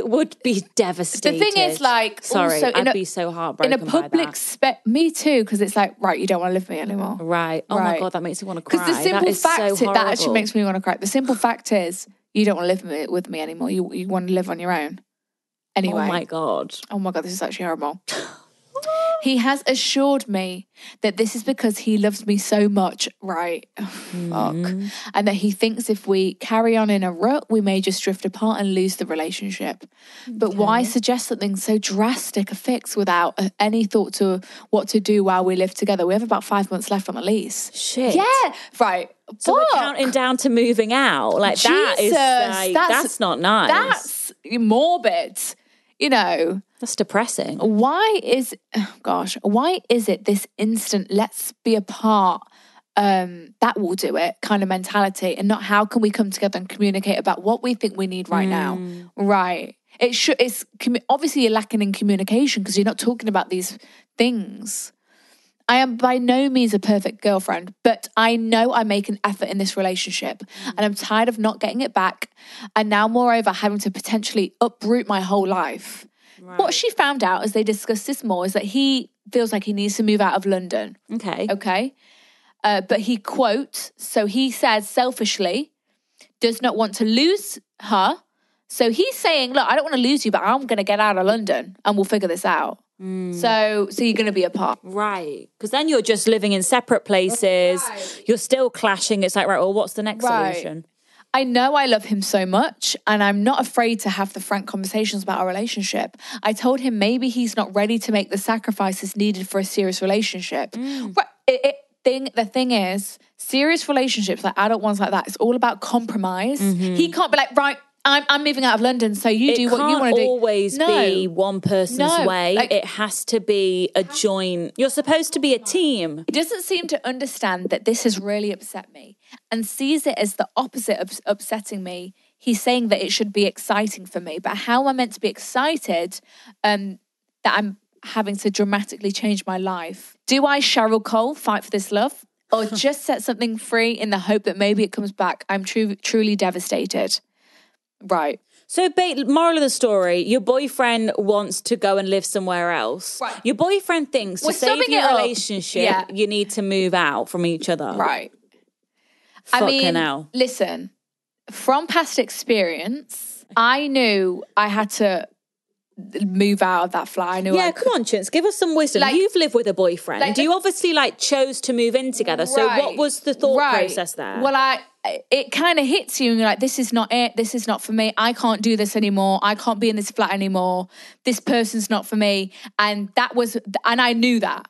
Speaker 3: I would be
Speaker 4: the
Speaker 3: devastated.
Speaker 4: thing is, like,
Speaker 3: sorry,
Speaker 4: also
Speaker 3: I'd
Speaker 4: in a,
Speaker 3: be so
Speaker 4: in
Speaker 3: heartbroken
Speaker 4: a public
Speaker 3: by
Speaker 4: space. Me too, because it's like, right, you don't want to live with me anymore.
Speaker 3: that. Right. Oh my
Speaker 4: Right.
Speaker 3: God, that makes me want to cry.
Speaker 4: Because the simple
Speaker 3: that is
Speaker 4: fact
Speaker 3: so
Speaker 4: that actually
Speaker 3: horrible.
Speaker 4: makes me want to cry. The simple fact is you don't want to live with me- with me anymore. You you want to live on your own. Anyway.
Speaker 3: Oh my God.
Speaker 4: Oh my god, this is actually horrible. he has assured me that this is because he loves me so much, right?
Speaker 3: Mm-hmm.
Speaker 4: Fuck. And that he thinks if we carry on in a rut, we may just drift apart and lose the relationship. But why suggest something so drastic a fix without uh, any thought to what to do while we live together? We have about five months left on the lease.
Speaker 3: Shit.
Speaker 4: Yeah, right.
Speaker 3: So we're
Speaker 4: Fuck.
Speaker 3: counting down to moving out. Like that is
Speaker 4: Jesus,
Speaker 3: like, that's, not nice.
Speaker 4: That's morbid. You know,
Speaker 3: That's depressing.
Speaker 4: why is oh, gosh why is it this instant let's be apart um that will do it kind of mentality and not how can we come together and communicate about what we think we need right now right it should it's commu- obviously you're lacking in communication because you're not talking about these things I am by no means a perfect girlfriend, but I know I make an effort in this relationship and I'm tired of not getting it back. And now, moreover, having to potentially uproot my whole life. What she found out as they discussed this more is that he feels like he needs to move out of London.
Speaker 3: Okay.
Speaker 4: Okay. Uh, but he quote, so he says selfishly, does not want to lose her. So he's saying, look, I don't want to lose you, but I'm going to get out of London and we'll figure this out. So, so you're going to be apart.
Speaker 3: Right. Because then you're just living in separate places. You're still clashing. It's like, right, well, what's the next
Speaker 4: Right.
Speaker 3: solution?
Speaker 4: I know I love him so much, and I'm not afraid to have the frank conversations about our relationship. I told
Speaker 3: Mm.
Speaker 4: him maybe he's not ready to make the sacrifices needed for a serious relationship. Right, it- it- thing the thing is, serious relationships, like adult ones like that, it's all about compromise. He can't be like, right, I'm, I'm moving out of London, so you
Speaker 3: Mm-hmm. it
Speaker 4: do what
Speaker 3: can't
Speaker 4: you want to do.
Speaker 3: always
Speaker 4: No.
Speaker 3: be one person's
Speaker 4: No,
Speaker 3: way.
Speaker 4: like-
Speaker 3: it has to be a joint. You're supposed to be a team.
Speaker 4: He doesn't seem to understand that this has really upset me and sees it as the opposite of upsetting me. He's saying that it should be exciting for me, but how am I meant to be excited um, that I'm having to dramatically change my life? Do I, Cheryl Cole, fight for this love or just set something free in the hope that maybe it comes back? I'm tru- truly devastated. Right.
Speaker 3: So, ba- moral of the story: your boyfriend wants to go and live somewhere else.
Speaker 4: Right.
Speaker 3: Your boyfriend thinks
Speaker 4: We're
Speaker 3: to save
Speaker 4: summing it
Speaker 3: your
Speaker 4: up.
Speaker 3: relationship,
Speaker 4: Yeah.
Speaker 3: you need to move out from each other.
Speaker 4: Right.
Speaker 3: Fucking
Speaker 4: I mean,
Speaker 3: hell.
Speaker 4: listen, from past experience, I knew I had to move out of that flat. I knew
Speaker 3: Yeah,
Speaker 4: I
Speaker 3: come on, Chintz, give us some wisdom.
Speaker 4: Like-
Speaker 3: You've lived with a boyfriend.
Speaker 4: Like-
Speaker 3: you obviously like chose to move in together. So, what
Speaker 4: Right.
Speaker 3: was the thought
Speaker 4: Right.
Speaker 3: process there?
Speaker 4: Well, I it kind of hits you, and you're like, "This is not it. This is not for me. I can't do this anymore. I can't be in this flat anymore. This person's not for me." And that was, and I knew that.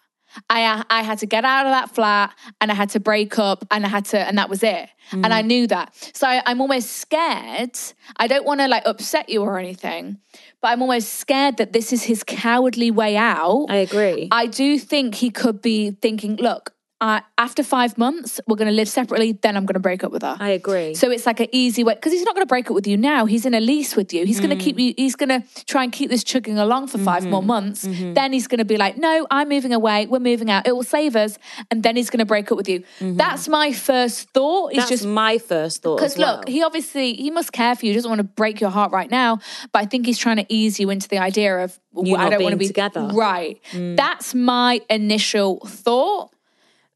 Speaker 4: I I had to get out of that flat, and I had to break up, and I had to, and that was it.
Speaker 3: Mm.
Speaker 4: And I knew that. So I, I'm almost scared. I don't want to like upset you or anything, but I'm almost scared that this is his cowardly way out.
Speaker 3: I agree.
Speaker 4: I do think he could be thinking, look, I, after five months, we're going to live separately, then I'm going to break up with her.
Speaker 3: I agree.
Speaker 4: So it's like an easy way, because he's not going to break up with you now. He's in a lease with you. He's going to keep
Speaker 3: Mm.
Speaker 4: you, he's going to try and keep this chugging along for 5
Speaker 3: Mm-hmm.
Speaker 4: more months. Then he's going to be like, no, I'm moving away. We're moving out. It will save us. And then he's going to break up with you. That's my first thought.
Speaker 3: Mm-hmm.
Speaker 4: Is
Speaker 3: That's
Speaker 4: just
Speaker 3: my first thought.
Speaker 4: because
Speaker 3: as well.
Speaker 4: look, he obviously he must care for you. He doesn't want to break your heart right now, but I think he's trying to ease you into the idea of well,
Speaker 3: You
Speaker 4: I
Speaker 3: not
Speaker 4: don't want to
Speaker 3: being
Speaker 4: be
Speaker 3: together. Mm.
Speaker 4: Right. That's my initial thought.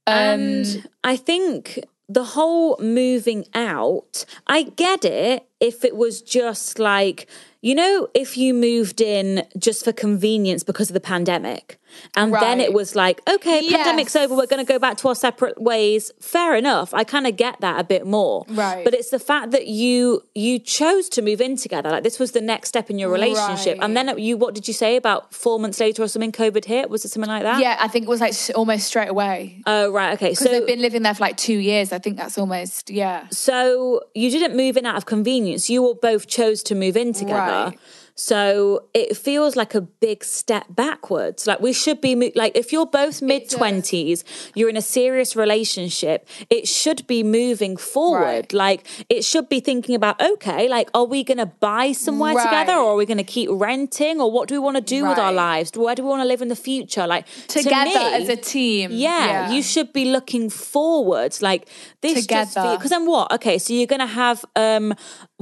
Speaker 4: Um,
Speaker 3: And I think the whole moving out, I get it if it was just like, you know, if you moved in just for convenience because of the pandemic. And then it
Speaker 4: Right.
Speaker 3: was like, okay,
Speaker 4: Yes.
Speaker 3: pandemic's over, we're going to go back to our separate ways. Fair enough. I kind of get that a bit more.
Speaker 4: Right.
Speaker 3: But it's the fact that you you chose to move in together. Like this was the next step in your relationship. And then you what did you say about 4 months later or something covid hit? Was it something like that?
Speaker 4: Yeah, I think it was like s- almost straight away
Speaker 3: Oh right, okay.
Speaker 4: because
Speaker 3: Ah. So
Speaker 4: they've been living there for like two years. I think that's almost yeah.
Speaker 3: So you didn't move in out of convenience. You all both chose to move in together.
Speaker 4: Right.
Speaker 3: So it feels like a big step backwards. Like we should be mo- like if you're both mid twenties, you're in a serious relationship. It should be moving forward.
Speaker 4: Right.
Speaker 3: Like it should be thinking about okay, like are we going to buy somewhere
Speaker 4: Right.
Speaker 3: together, or are we going to keep renting, or what do we want to do with our
Speaker 4: Right.
Speaker 3: lives? Where do we want to live in the future? Like to
Speaker 4: Together
Speaker 3: me-
Speaker 4: as a team.
Speaker 3: yeah, you should be looking forwards like this
Speaker 4: Together.
Speaker 3: because then what? Okay, so you're gonna have um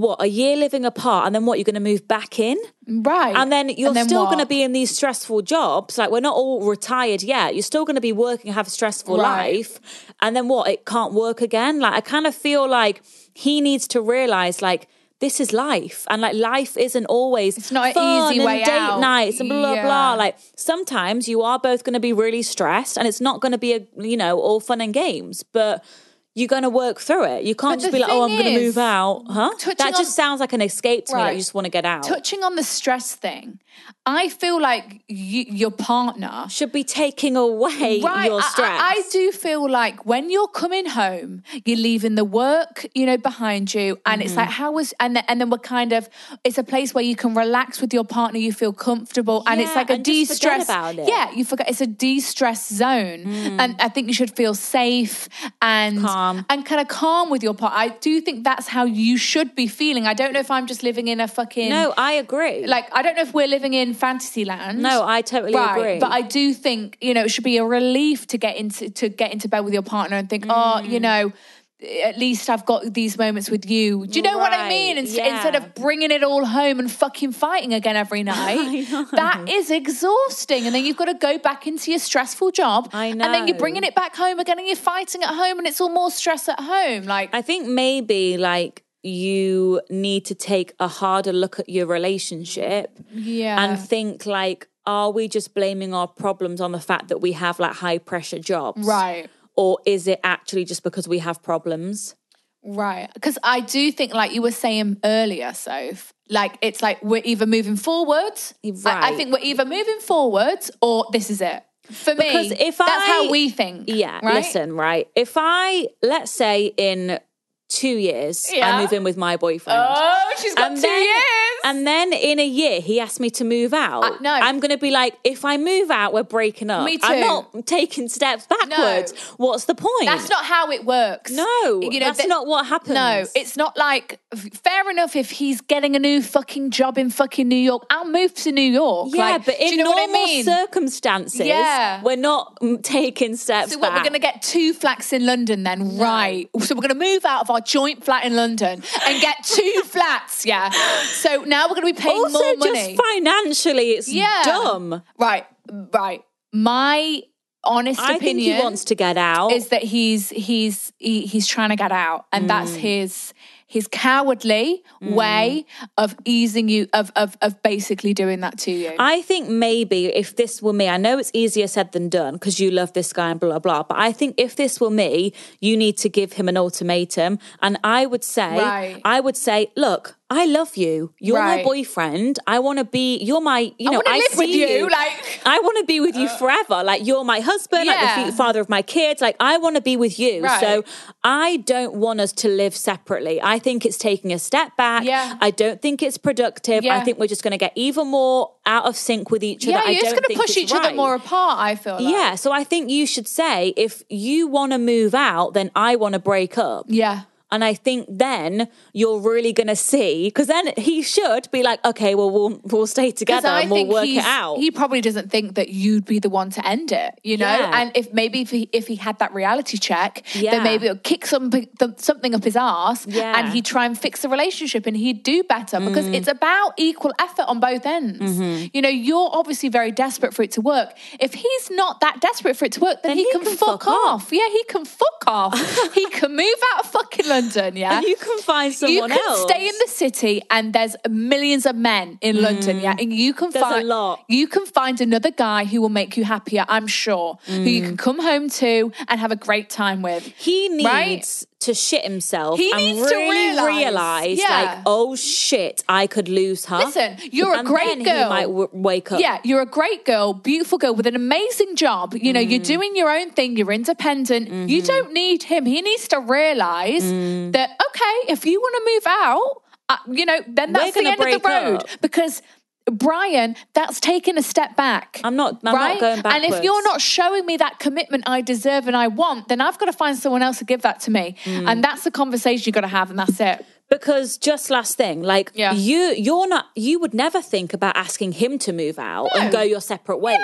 Speaker 3: what a year living apart, and then what? You're gonna move back in,
Speaker 4: right.
Speaker 3: and then you're still
Speaker 4: what?
Speaker 3: gonna be in these stressful jobs. Like we're not all retired yet. You're still gonna be working, have a stressful
Speaker 4: Right.
Speaker 3: life, and then what? It can't work again. Like I kind of feel like he needs to realize like. This is life, and like life isn't always
Speaker 4: It's not an
Speaker 3: fun
Speaker 4: easy
Speaker 3: and
Speaker 4: way
Speaker 3: date
Speaker 4: out.
Speaker 3: nights and blah blah blah.
Speaker 4: Yeah.
Speaker 3: Like sometimes you are both going to be really stressed and it's not going to be a you know all fun and games but you're going to work through it you can't
Speaker 4: But
Speaker 3: just
Speaker 4: the
Speaker 3: be like oh i'm
Speaker 4: thing
Speaker 3: going to move
Speaker 4: is,
Speaker 3: out huh
Speaker 4: touching
Speaker 3: that just
Speaker 4: on-
Speaker 3: sounds like an escape to me like
Speaker 4: Right.
Speaker 3: you just want to get out
Speaker 4: touching on the stress thing. I feel like you, your partner
Speaker 3: should be taking away
Speaker 4: I-
Speaker 3: your
Speaker 4: I-
Speaker 3: stress
Speaker 4: I, do feel like when you're coming home, you're leaving the work, you know, behind you, and it's
Speaker 3: Mm-hmm.
Speaker 4: like how was and then, and then we're kind of it's a place where you can relax with your partner, you feel comfortable, and it's
Speaker 3: Yeah,
Speaker 4: like a
Speaker 3: and just forget
Speaker 4: de-stress.
Speaker 3: about it. Mm.
Speaker 4: Yeah, you forget it's a de-stress zone, and I think you should feel safe and
Speaker 3: Calm.
Speaker 4: and kind of calm with your partner. I do think that's how you should be feeling. I don't know if I'm just living in a fucking
Speaker 3: no i agree
Speaker 4: like I don't know if we're living in fantasy land.
Speaker 3: No, I totally
Speaker 4: right,
Speaker 3: agree.
Speaker 4: But I do think you know it should be a relief to get into to get into bed with your partner and think, oh, you
Speaker 3: Mm.
Speaker 4: know, at least I've got these moments with you. Do you know what I
Speaker 3: Right,
Speaker 4: mean? Inst-
Speaker 3: yeah.
Speaker 4: Instead of bringing it all home and fucking fighting again every night, that is exhausting. And then you've got to go back into your stressful job.
Speaker 3: I
Speaker 4: And then
Speaker 3: know.
Speaker 4: you're bringing it back home again, and you're fighting at home, and it's all more stress at home. Like
Speaker 3: I think maybe like you need to take a harder look at your relationship
Speaker 4: Yeah.
Speaker 3: and think like are we just blaming our problems on the fact that we have like high pressure jobs
Speaker 4: Right.
Speaker 3: or is it actually just because we have problems
Speaker 4: Right. Because I do think, like you were saying earlier, Soph, like it's like we're either moving forward. I- I,
Speaker 3: Right.
Speaker 4: think we're either moving forward or this is it. For me,
Speaker 3: Because if
Speaker 4: that's
Speaker 3: I-
Speaker 4: how we think.
Speaker 3: Yeah,
Speaker 4: right?
Speaker 3: listen, right. If I, let's say in two years,
Speaker 4: Yeah.
Speaker 3: I move in with my boyfriend.
Speaker 4: Oh, she's got two years.
Speaker 3: and then in a year, he asked me to move out.
Speaker 4: Uh, no.
Speaker 3: I'm going to be like, if I move out, we're breaking up.
Speaker 4: Me
Speaker 3: I'm
Speaker 4: too.
Speaker 3: not taking steps backwards. What's the point?
Speaker 4: That's not how it works.
Speaker 3: No, that's
Speaker 4: th-
Speaker 3: not what happens.
Speaker 4: No, it's not like f- fair enough if he's getting a new fucking job in fucking New York. I'll move to New York.
Speaker 3: Yeah,
Speaker 4: Like,
Speaker 3: but
Speaker 4: do
Speaker 3: in
Speaker 4: you know
Speaker 3: normal
Speaker 4: what I mean?
Speaker 3: circumstances,
Speaker 4: Yeah.
Speaker 3: we're not mm, taking steps
Speaker 4: so what we're
Speaker 3: back.
Speaker 4: gonna get two flats in London then, right? So we're gonna move out of our joint flat in London and get two flats, yeah. So now we're gonna be paying
Speaker 3: also,
Speaker 4: more money.
Speaker 3: just financially, it's
Speaker 4: yeah,
Speaker 3: dumb.
Speaker 4: Right, right. My honest
Speaker 3: I
Speaker 4: opinion
Speaker 3: think he wants to get out.
Speaker 4: is that he's he's he, he's trying to get out and
Speaker 3: Mm.
Speaker 4: that's his his cowardly way of easing you of, of of basically doing that to you
Speaker 3: I think maybe if this were me, I know it's easier said than done because you love this guy and blah, blah, blah. But I think if this were me, you need to give him an ultimatum. And I would say,
Speaker 4: Right.
Speaker 3: I would say, look, I love you. You're
Speaker 4: Right.
Speaker 3: my boyfriend. I want to be, you're my, you
Speaker 4: I
Speaker 3: know,
Speaker 4: wanna
Speaker 3: I
Speaker 4: live
Speaker 3: see
Speaker 4: with you,
Speaker 3: you.
Speaker 4: like- Uh,
Speaker 3: I want to be with you forever. Like, you're my husband, like
Speaker 4: Yeah.
Speaker 3: the f- father of my kids. Like, I want to be with you.
Speaker 4: Right.
Speaker 3: So I don't want us to live separately. I think it's taking a step back.
Speaker 4: Yeah.
Speaker 3: I don't think it's productive. I
Speaker 4: Yeah.
Speaker 3: think we're just going to get even more out of sync with each other.
Speaker 4: yeah
Speaker 3: I
Speaker 4: you're just
Speaker 3: don't
Speaker 4: going
Speaker 3: think
Speaker 4: to push
Speaker 3: is
Speaker 4: each
Speaker 3: right.
Speaker 4: other more apart i feel like.
Speaker 3: Yeah, so I think you should say if you want to move out, then I want to break up.
Speaker 4: yeah
Speaker 3: And I think then you're really going to see because then he should be like, okay, well we'll we'll stay
Speaker 4: 'Cause
Speaker 3: together and we'll work it
Speaker 4: he's-
Speaker 3: out.
Speaker 4: he probably doesn't think that you'd be the one to end it, you know.
Speaker 3: Yeah.
Speaker 4: And if maybe if he, if he had that reality check,
Speaker 3: Yeah.
Speaker 4: then maybe it'll kick some, th- something up his ass,
Speaker 3: Yeah. Mm.
Speaker 4: and he'd try and fix the relationship, and he'd do better because it's about equal effort on both ends.
Speaker 3: Mm-hmm.
Speaker 4: You know, you're obviously very desperate for it to work. If he's not that desperate for it to work, then, he, can, fuck, off. Yeah, he can fuck off. he can move out of fucking London. Yeah,
Speaker 3: and you can find someone
Speaker 4: you can
Speaker 3: else.
Speaker 4: stay in the city and there's millions of men in London, yeah, and you can
Speaker 3: Mm. There's a
Speaker 4: find
Speaker 3: lot.
Speaker 4: you can find another guy who will make you happier, I'm sure, who you
Speaker 3: Mm.
Speaker 4: can come home to and have a great time with.
Speaker 3: He needs
Speaker 4: Right?
Speaker 3: to shit himself
Speaker 4: He
Speaker 3: and
Speaker 4: needs to
Speaker 3: really
Speaker 4: realise.
Speaker 3: realize,
Speaker 4: Yeah.
Speaker 3: like, oh shit, I could lose her.
Speaker 4: Listen, you're a
Speaker 3: And
Speaker 4: great
Speaker 3: then He
Speaker 4: girl.
Speaker 3: might w- wake up.
Speaker 4: Yeah, you're a great girl, beautiful girl with an amazing job. You know, you're
Speaker 3: Mm.
Speaker 4: doing your own thing, you're independent. You
Speaker 3: Mm-hmm.
Speaker 4: don't need him. He needs to realize
Speaker 3: Mm.
Speaker 4: that, okay, if you want to move out, uh, you know, then
Speaker 3: We're
Speaker 4: that's the
Speaker 3: gonna
Speaker 4: end of the
Speaker 3: break
Speaker 4: road
Speaker 3: up.
Speaker 4: because. Brian, that's taking a step back.
Speaker 3: I'm not- I'm not
Speaker 4: right?
Speaker 3: going
Speaker 4: And if you're
Speaker 3: backwards.
Speaker 4: not showing me that commitment I deserve and I want, then I've got to find someone else to give that to me.
Speaker 3: Hmm.
Speaker 4: And that's the conversation you've got to have, and that's it.
Speaker 3: because just last thing like
Speaker 4: Yeah.
Speaker 3: you you're not you would never think about asking him to move out and
Speaker 4: No.
Speaker 3: go your separate ways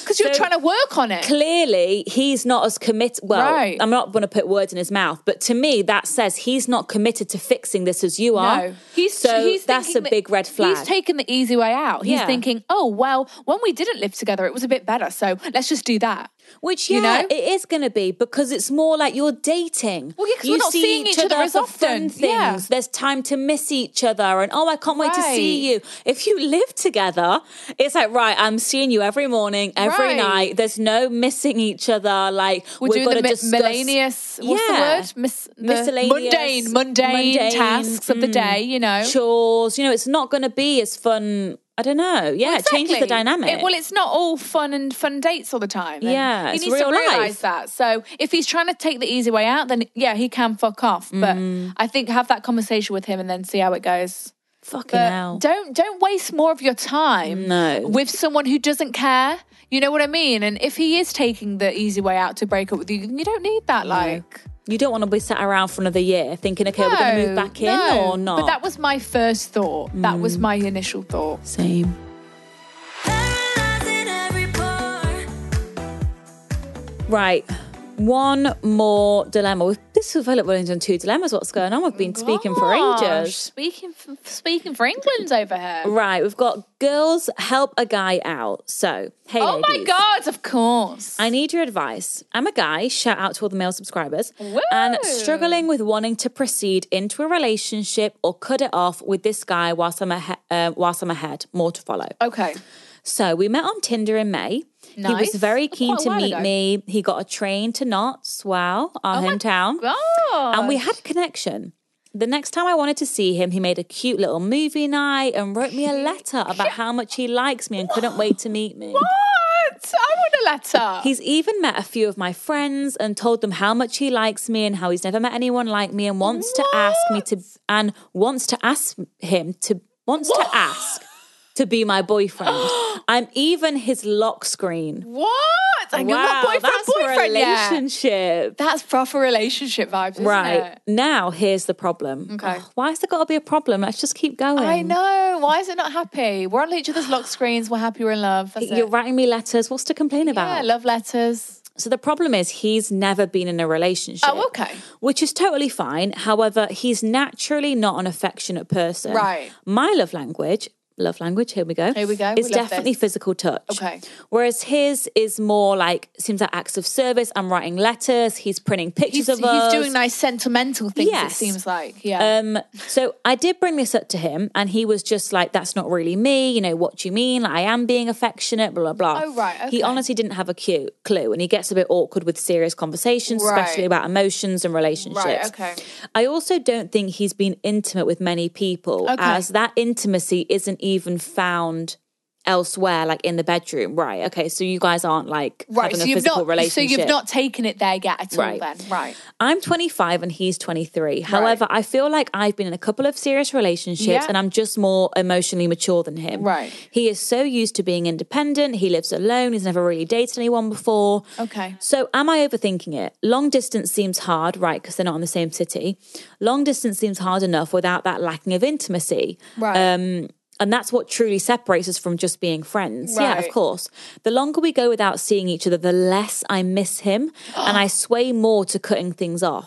Speaker 4: because you're
Speaker 3: So
Speaker 4: trying to work on it.
Speaker 3: clearly he's not as committed well
Speaker 4: Right.
Speaker 3: i'm not going to put words in his mouth but to me that says he's not committed to fixing this as you are
Speaker 4: No, he's
Speaker 3: so
Speaker 4: he's
Speaker 3: that's a
Speaker 4: thinking that-
Speaker 3: big red flag
Speaker 4: He's taken the easy way out. He's
Speaker 3: Yeah.
Speaker 4: thinking, oh well, when we didn't live together, it was a bit better. So let's just do that.
Speaker 3: Which yeah,
Speaker 4: you know?
Speaker 3: it is going to be because it's more like you're dating.
Speaker 4: Well, yeah, 'cause
Speaker 3: You
Speaker 4: we're not
Speaker 3: see
Speaker 4: seeing each other as
Speaker 3: for fun
Speaker 4: often.
Speaker 3: Things.
Speaker 4: Yeah.
Speaker 3: There's time to miss each other, and oh, I can't wait to see
Speaker 4: Right.
Speaker 3: you. If you live together, it's like right, I'm seeing you every morning, every
Speaker 4: Right.
Speaker 3: night. There's no missing each other. Like
Speaker 4: We're
Speaker 3: we've
Speaker 4: doing
Speaker 3: got
Speaker 4: the
Speaker 3: to
Speaker 4: mi-
Speaker 3: discuss-
Speaker 4: miscellaneous. What's
Speaker 3: Yeah.
Speaker 4: the word? Mis- the
Speaker 3: Miscellaneous,
Speaker 4: mundane, mundane, tasks of the
Speaker 3: mm,
Speaker 4: day. You know,
Speaker 3: chores. You know, it's not going to be as fun. I don't know. Yeah,
Speaker 4: Well,
Speaker 3: it changes the
Speaker 4: exactly.
Speaker 3: dynamic.
Speaker 4: It- well, it's not all fun and fun dates all the time. and
Speaker 3: Yeah,
Speaker 4: he
Speaker 3: it's
Speaker 4: needs to
Speaker 3: real life.
Speaker 4: realize that. So if he's trying to take the easy way out, then yeah, he can fuck off. But I think have that conversation with him and then see how it goes.
Speaker 3: Mm. fucking
Speaker 4: But
Speaker 3: hell.
Speaker 4: don't don't waste more of your time
Speaker 3: No.
Speaker 4: with someone who doesn't care. You know what I mean? And if he is taking the easy way out to break up with you, then you don't need that. Like,
Speaker 3: You don't want to be sat around for another year thinking, okay, we're going to move
Speaker 4: no,
Speaker 3: back in
Speaker 4: no.
Speaker 3: or not. Mm.
Speaker 4: But that was my first thought. That was my initial thought.
Speaker 3: Same.
Speaker 2: Paralyzing every pore.
Speaker 3: Right. One more dilemma. We've- This is Philip Wellington two dilemmas. What's going on? We've been speaking for
Speaker 4: Oh Gosh,
Speaker 3: ages.
Speaker 4: Speaking for, speaking for England over here.
Speaker 3: Right, we've got girls help a guy out. So, hey,
Speaker 4: Oh my
Speaker 3: ladies.
Speaker 4: God! Of course.
Speaker 3: I need your advice. I'm a guy, shout out to all the male subscribers,
Speaker 4: Woo!
Speaker 3: and struggling with wanting to proceed into a relationship or cut it off with this guy whilst I'm, ahe- uh, whilst I'm ahead. More to follow.
Speaker 4: okay.
Speaker 3: So we met on Tinder in May. He was
Speaker 4: Nice.
Speaker 3: very
Speaker 4: Quite
Speaker 3: keen
Speaker 4: a
Speaker 3: to
Speaker 4: while
Speaker 3: meet
Speaker 4: ago. Oh
Speaker 3: me. He got a train to Notts, wow, our hometown.
Speaker 4: God.
Speaker 3: And we had a connection. The next time I wanted to see him, he made a cute little movie night and wrote me a letter about how much he likes me and couldn't wait to meet me.
Speaker 4: What? What? I want a letter.
Speaker 3: He's even met a few of my friends and told them how much he likes me and how he's never met anyone like me and wants to ask me to and wants to ask him to wants to ask to be my boyfriend. I'm even his lock screen.
Speaker 4: what? I know
Speaker 3: wow,
Speaker 4: what boyfriend,
Speaker 3: that's
Speaker 4: boyfriend,
Speaker 3: a
Speaker 4: yeah.
Speaker 3: relationship.
Speaker 4: That's proper relationship vibes, isn't
Speaker 3: right.
Speaker 4: it?
Speaker 3: Now here's the problem.
Speaker 4: Okay.
Speaker 3: Oh, why's there gotta be a problem? Let's just keep going.
Speaker 4: I know. Why is it not happy? We're on each other's lock screens. We're happy. We're in love. That's
Speaker 3: You're
Speaker 4: it.
Speaker 3: writing me letters. What's to complain about?
Speaker 4: Yeah, love letters.
Speaker 3: So the problem is he's never been in a relationship.
Speaker 4: Oh, okay.
Speaker 3: Which is totally fine. However, he's naturally not an affectionate person.
Speaker 4: Right.
Speaker 3: My love language, love language, here we go.
Speaker 4: Here we go.
Speaker 3: Is
Speaker 4: We love
Speaker 3: definitely
Speaker 4: this.
Speaker 3: physical touch.
Speaker 4: Okay.
Speaker 3: Whereas his is more like seems like acts of service. I'm writing letters, he's printing pictures
Speaker 4: He's,
Speaker 3: of
Speaker 4: he's
Speaker 3: us.
Speaker 4: doing nice sentimental things.
Speaker 3: Yes.
Speaker 4: It seems like yeah.
Speaker 3: Um, so I did bring this up to him, and he was just like, "That's not really me." You know what do you mean? Like, I am being affectionate, blah blah blah.
Speaker 4: Oh, right,
Speaker 3: He
Speaker 4: okay.
Speaker 3: honestly didn't have a cu- clue, and he gets a bit awkward with serious conversations,
Speaker 4: Right.
Speaker 3: especially about emotions and relationships.
Speaker 4: Right, okay.
Speaker 3: I also don't think he's been intimate with many people,
Speaker 4: Okay.
Speaker 3: as that intimacy isn't even found elsewhere, like in the bedroom. Right? Okay, so you guys aren't like
Speaker 4: right.
Speaker 3: having
Speaker 4: So
Speaker 3: a
Speaker 4: you've
Speaker 3: physical
Speaker 4: not. So
Speaker 3: relationship.
Speaker 4: you've not taken it there yet at all.
Speaker 3: Right.
Speaker 4: Then right.
Speaker 3: I'm 25 and he's 23. However, I feel like I've been in a couple of serious relationships
Speaker 4: Yeah.
Speaker 3: and I'm just more emotionally mature than him.
Speaker 4: Right.
Speaker 3: He is so used to being independent. He lives alone. He's never really dated anyone before.
Speaker 4: Okay.
Speaker 3: So, am I overthinking it? Long distance seems hard, right? Because they're not in the same city. Long distance seems hard enough without that lacking of intimacy.
Speaker 4: Right.
Speaker 3: Um, and that's what truly separates us from just being friends. Yeah, of
Speaker 4: Right.
Speaker 3: course. The longer we go without seeing each other, the less I miss him and I sway more to cutting things off.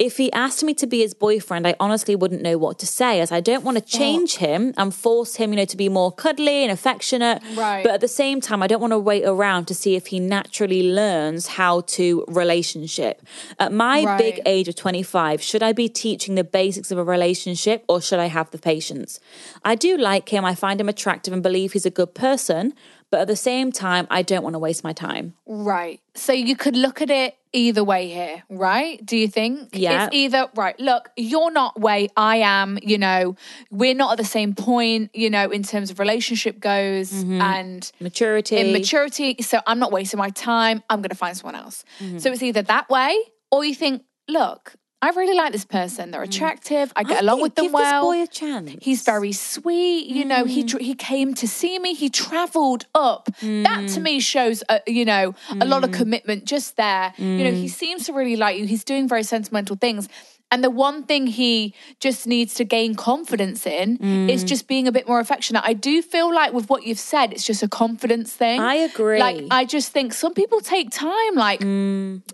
Speaker 3: if he asked me to be his boyfriend, I honestly wouldn't know what to say as I don't want to
Speaker 4: Oh.
Speaker 3: change him and force him, you know, to be more cuddly and affectionate.
Speaker 4: Right.
Speaker 3: But at the same time, I don't want to wait around to see if he naturally learns how to relationship. At my
Speaker 4: Right.
Speaker 3: big age of 25, should I be teaching the basics of a relationship or should I have the patience? I do like him. I find him attractive and believe he's a good person. But at the same time, I don't want to waste my time.
Speaker 4: Right. So you could look at it either way here, right? Do you think?
Speaker 3: Yeah.
Speaker 4: It's either, right, look, you're not way I am, you know, we're not at the same point, you know, in terms of relationship goes
Speaker 3: Mm-hmm.
Speaker 4: and
Speaker 3: Maturity.
Speaker 4: in maturity. So I'm not wasting my time. I'm going to find someone else.
Speaker 3: Mm-hmm.
Speaker 4: So it's either that way or you think, look, I really like this person. They're attractive. I
Speaker 3: Mm-hmm.
Speaker 4: get
Speaker 3: I
Speaker 4: along
Speaker 3: think
Speaker 4: with them
Speaker 3: give
Speaker 4: well.
Speaker 3: this boy a chance.
Speaker 4: He's very sweet. You know, he
Speaker 3: Mm.
Speaker 4: dr- he came to see me. He travelled up. That
Speaker 3: Mm.
Speaker 4: to me shows, uh, you know, a lot of commitment just there. You know,
Speaker 3: Mm.
Speaker 4: he seems to really like you. He's doing very sentimental things. And the one thing he just needs to gain confidence in is
Speaker 3: Mm.
Speaker 4: just being a bit more affectionate. I do feel like with what you've said, it's just a confidence thing.
Speaker 3: I agree.
Speaker 4: Like I just think some people take time. Like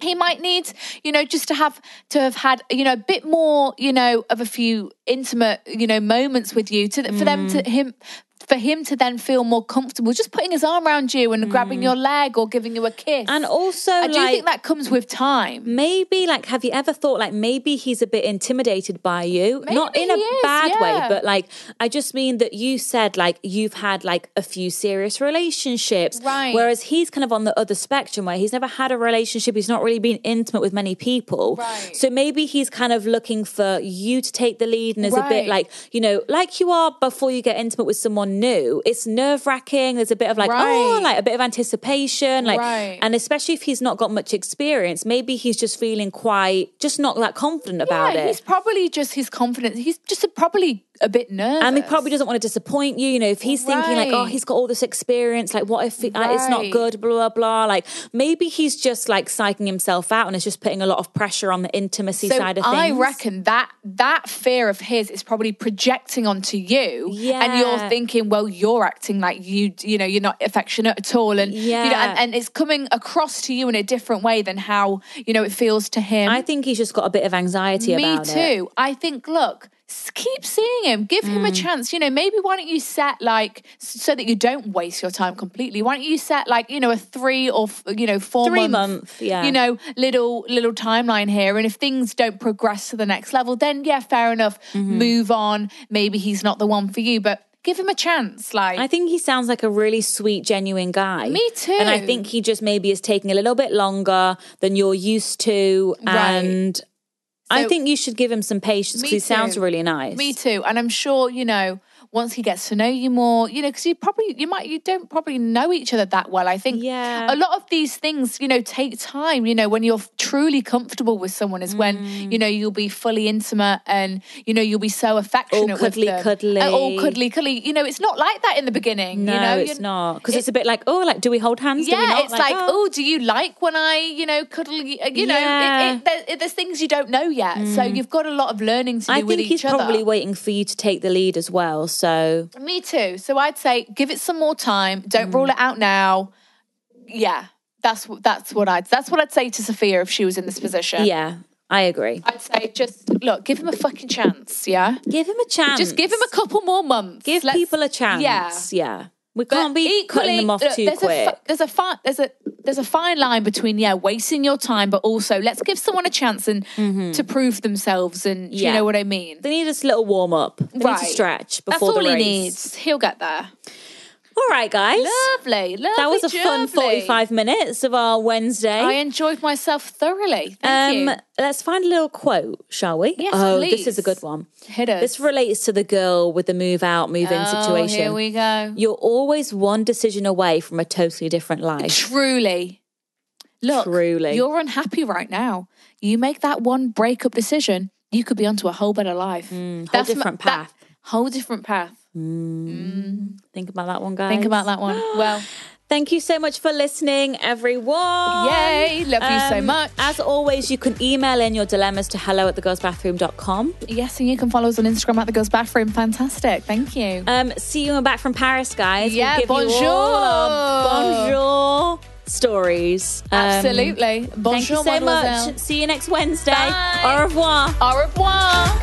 Speaker 4: he might need you know just to have to have had you know a bit more you know of a few intimate you know moments with you to for them
Speaker 3: Mm.
Speaker 4: to him for him to then feel more comfortable just putting his arm around you and grabbing your leg or giving you a kiss
Speaker 3: Mm. And also,
Speaker 4: i do
Speaker 3: like,
Speaker 4: think that comes with time
Speaker 3: maybe like have you ever thought like maybe he's a bit intimidated by you not
Speaker 4: Maybe
Speaker 3: in a
Speaker 4: he is,
Speaker 3: bad way
Speaker 4: yeah.
Speaker 3: but like i just mean that you said like you've had like a few serious relationships
Speaker 4: Right.
Speaker 3: whereas he's kind of on the other spectrum where he's never had a relationship he's not really been intimate with many people
Speaker 4: Right.
Speaker 3: so maybe he's kind of looking for you to take the lead and is a bit
Speaker 4: Right.
Speaker 3: like you know like you are before you get intimate with someone new it's nerve-wracking there's a bit of like oh
Speaker 4: Right.
Speaker 3: like a bit of anticipation like
Speaker 4: Right.
Speaker 3: and especially if he's not got much experience, maybe he's just feeling quite, just not that confident about
Speaker 4: yeah, he's
Speaker 3: it.
Speaker 4: probably just his confidence he's just a, probably a bit nervous
Speaker 3: And he probably doesn't want to disappoint you. You know, if he's thinking like, oh,
Speaker 4: Right.
Speaker 3: he's got all this experience, like, what if it- like, it's not
Speaker 4: Right.
Speaker 3: good, blah, blah, blah. Like, maybe he's just like psyching himself out and is just putting a lot of pressure on the intimacy
Speaker 4: so
Speaker 3: side of things.
Speaker 4: I reckon that that fear of his is probably projecting onto you, and
Speaker 3: Yeah.
Speaker 4: you're thinking, well, you're acting like you, you know, you're not affectionate at all, and you know,
Speaker 3: Yeah.
Speaker 4: and, and it's coming across to you in a different way than how you know it feels to him.
Speaker 3: I think he's just got a bit of anxiety
Speaker 4: Me
Speaker 3: about
Speaker 4: too.
Speaker 3: it.
Speaker 4: I think, look, s- keep seeing him, give him a
Speaker 3: Mm.
Speaker 4: chance. You know, maybe why don't you set like s- so that you don't waste your time completely? Why don't you set like you know a three or f- you know four
Speaker 3: Three
Speaker 4: month,
Speaker 3: month, yeah.
Speaker 4: you know little little timeline here, and if things don't progress to the next level, then yeah, fair enough,
Speaker 3: Mm-hmm.
Speaker 4: move on. Maybe he's not the one for you, but give him a chance. Like
Speaker 3: I think he sounds like a really sweet, genuine guy.
Speaker 4: Me too.
Speaker 3: And I think he just maybe is taking a little bit longer than you're used to.
Speaker 4: Right.
Speaker 3: And I
Speaker 4: So-
Speaker 3: think you should give him some patience
Speaker 4: Me
Speaker 3: because he sounds
Speaker 4: too.
Speaker 3: really nice.
Speaker 4: Me too. And I'm sure, you know, once he gets to know you more, you know, because you probably you might you don't probably know each other that well. I think
Speaker 3: Yeah.
Speaker 4: a lot of these things, you know, take time. You know, when you're truly comfortable with someone is
Speaker 3: Mm.
Speaker 4: when you know you'll be fully intimate and you know you'll be so affectionate
Speaker 3: cuddly,
Speaker 4: with them.
Speaker 3: cuddly.
Speaker 4: And all cuddly cuddly. You know, it's not like that in the beginning.
Speaker 3: No,
Speaker 4: you know,
Speaker 3: it's
Speaker 4: You're-
Speaker 3: not because it's a bit like oh, like do we hold hands? do we
Speaker 4: yeah,
Speaker 3: not?
Speaker 4: it's like,
Speaker 3: oh.
Speaker 4: oh, do you like when I, you know, cuddle? You, you know,
Speaker 3: Yeah. Mm.
Speaker 4: it, it, there, it, there's things you don't know yet, so you've got a lot of learning to do
Speaker 3: I
Speaker 4: with
Speaker 3: think
Speaker 4: each
Speaker 3: he's
Speaker 4: other.
Speaker 3: probably waiting for you to take the lead as well. So
Speaker 4: Me too. So I'd say give it some more time. Don't
Speaker 3: Mm.
Speaker 4: rule it out now. Yeah, that's wh- that's what I'd that's what I'd say to Sophia if she was in this position.
Speaker 3: yeah, I agree.
Speaker 4: I'd say just look, give him a fucking chance. Yeah,
Speaker 3: Give him a chance.
Speaker 4: just give him a couple more months.
Speaker 3: give
Speaker 4: Let's-
Speaker 3: people a chance.
Speaker 4: Yeah.
Speaker 3: yeah. We
Speaker 4: But
Speaker 3: can't be cutting them off
Speaker 4: look,
Speaker 3: too
Speaker 4: there's A,
Speaker 3: quick.
Speaker 4: fi- there's a fine there's a there's a fine line between yeah wasting your time, but also let's give someone a chance and to prove themselves. And do
Speaker 3: Mm-hmm. Yeah.
Speaker 4: you know what I mean?
Speaker 3: they need a little warm up. They need to
Speaker 4: Right.
Speaker 3: stretch
Speaker 4: That's
Speaker 3: before
Speaker 4: all
Speaker 3: the
Speaker 4: he
Speaker 3: race.
Speaker 4: needs. He'll get there.
Speaker 3: All right, guys.
Speaker 4: Lovely, lovely.
Speaker 3: that was a fun
Speaker 4: jubbly.
Speaker 3: 45 minutes of our Wednesday.
Speaker 4: I enjoyed myself thoroughly. Thank
Speaker 3: um,
Speaker 4: you.
Speaker 3: let's find a little quote, shall we?
Speaker 4: Yes,
Speaker 3: oh, this is
Speaker 4: please.
Speaker 3: a good one.
Speaker 4: Hit us.
Speaker 3: This relates to the girl with the move out, move in
Speaker 4: Oh,
Speaker 3: situation.
Speaker 4: Here we go.
Speaker 3: You're always one decision away from a totally different life.
Speaker 4: Truly. Look,
Speaker 3: Truly.
Speaker 4: you're unhappy right now. You make that one breakup decision, you could be onto a whole better life.
Speaker 3: Mm, whole
Speaker 4: m-
Speaker 3: different
Speaker 4: that-
Speaker 3: path.
Speaker 4: whole different path.
Speaker 3: Think about that one, guys.
Speaker 4: Think about that one. Well,
Speaker 3: Thank you so much for listening, everyone. Um,
Speaker 4: Yay, love you so much.
Speaker 3: As always, you can email in your dilemmas to hello at thegirlsbathroom.com.
Speaker 4: yes, and you can follow us on Instagram at the Girls Bathroom. Fantastic. Thank you.
Speaker 3: Um, see you when back from Paris, guys.
Speaker 4: Yeah,
Speaker 3: give you
Speaker 4: bonjour.
Speaker 3: all our bonjour stories. Um,
Speaker 4: Absolutely.
Speaker 3: Thank you
Speaker 4: Bonjour,
Speaker 3: so
Speaker 4: mademoiselle.
Speaker 3: much. See you next Wednesday.
Speaker 4: Bye.
Speaker 3: Au revoir.
Speaker 4: Au revoir.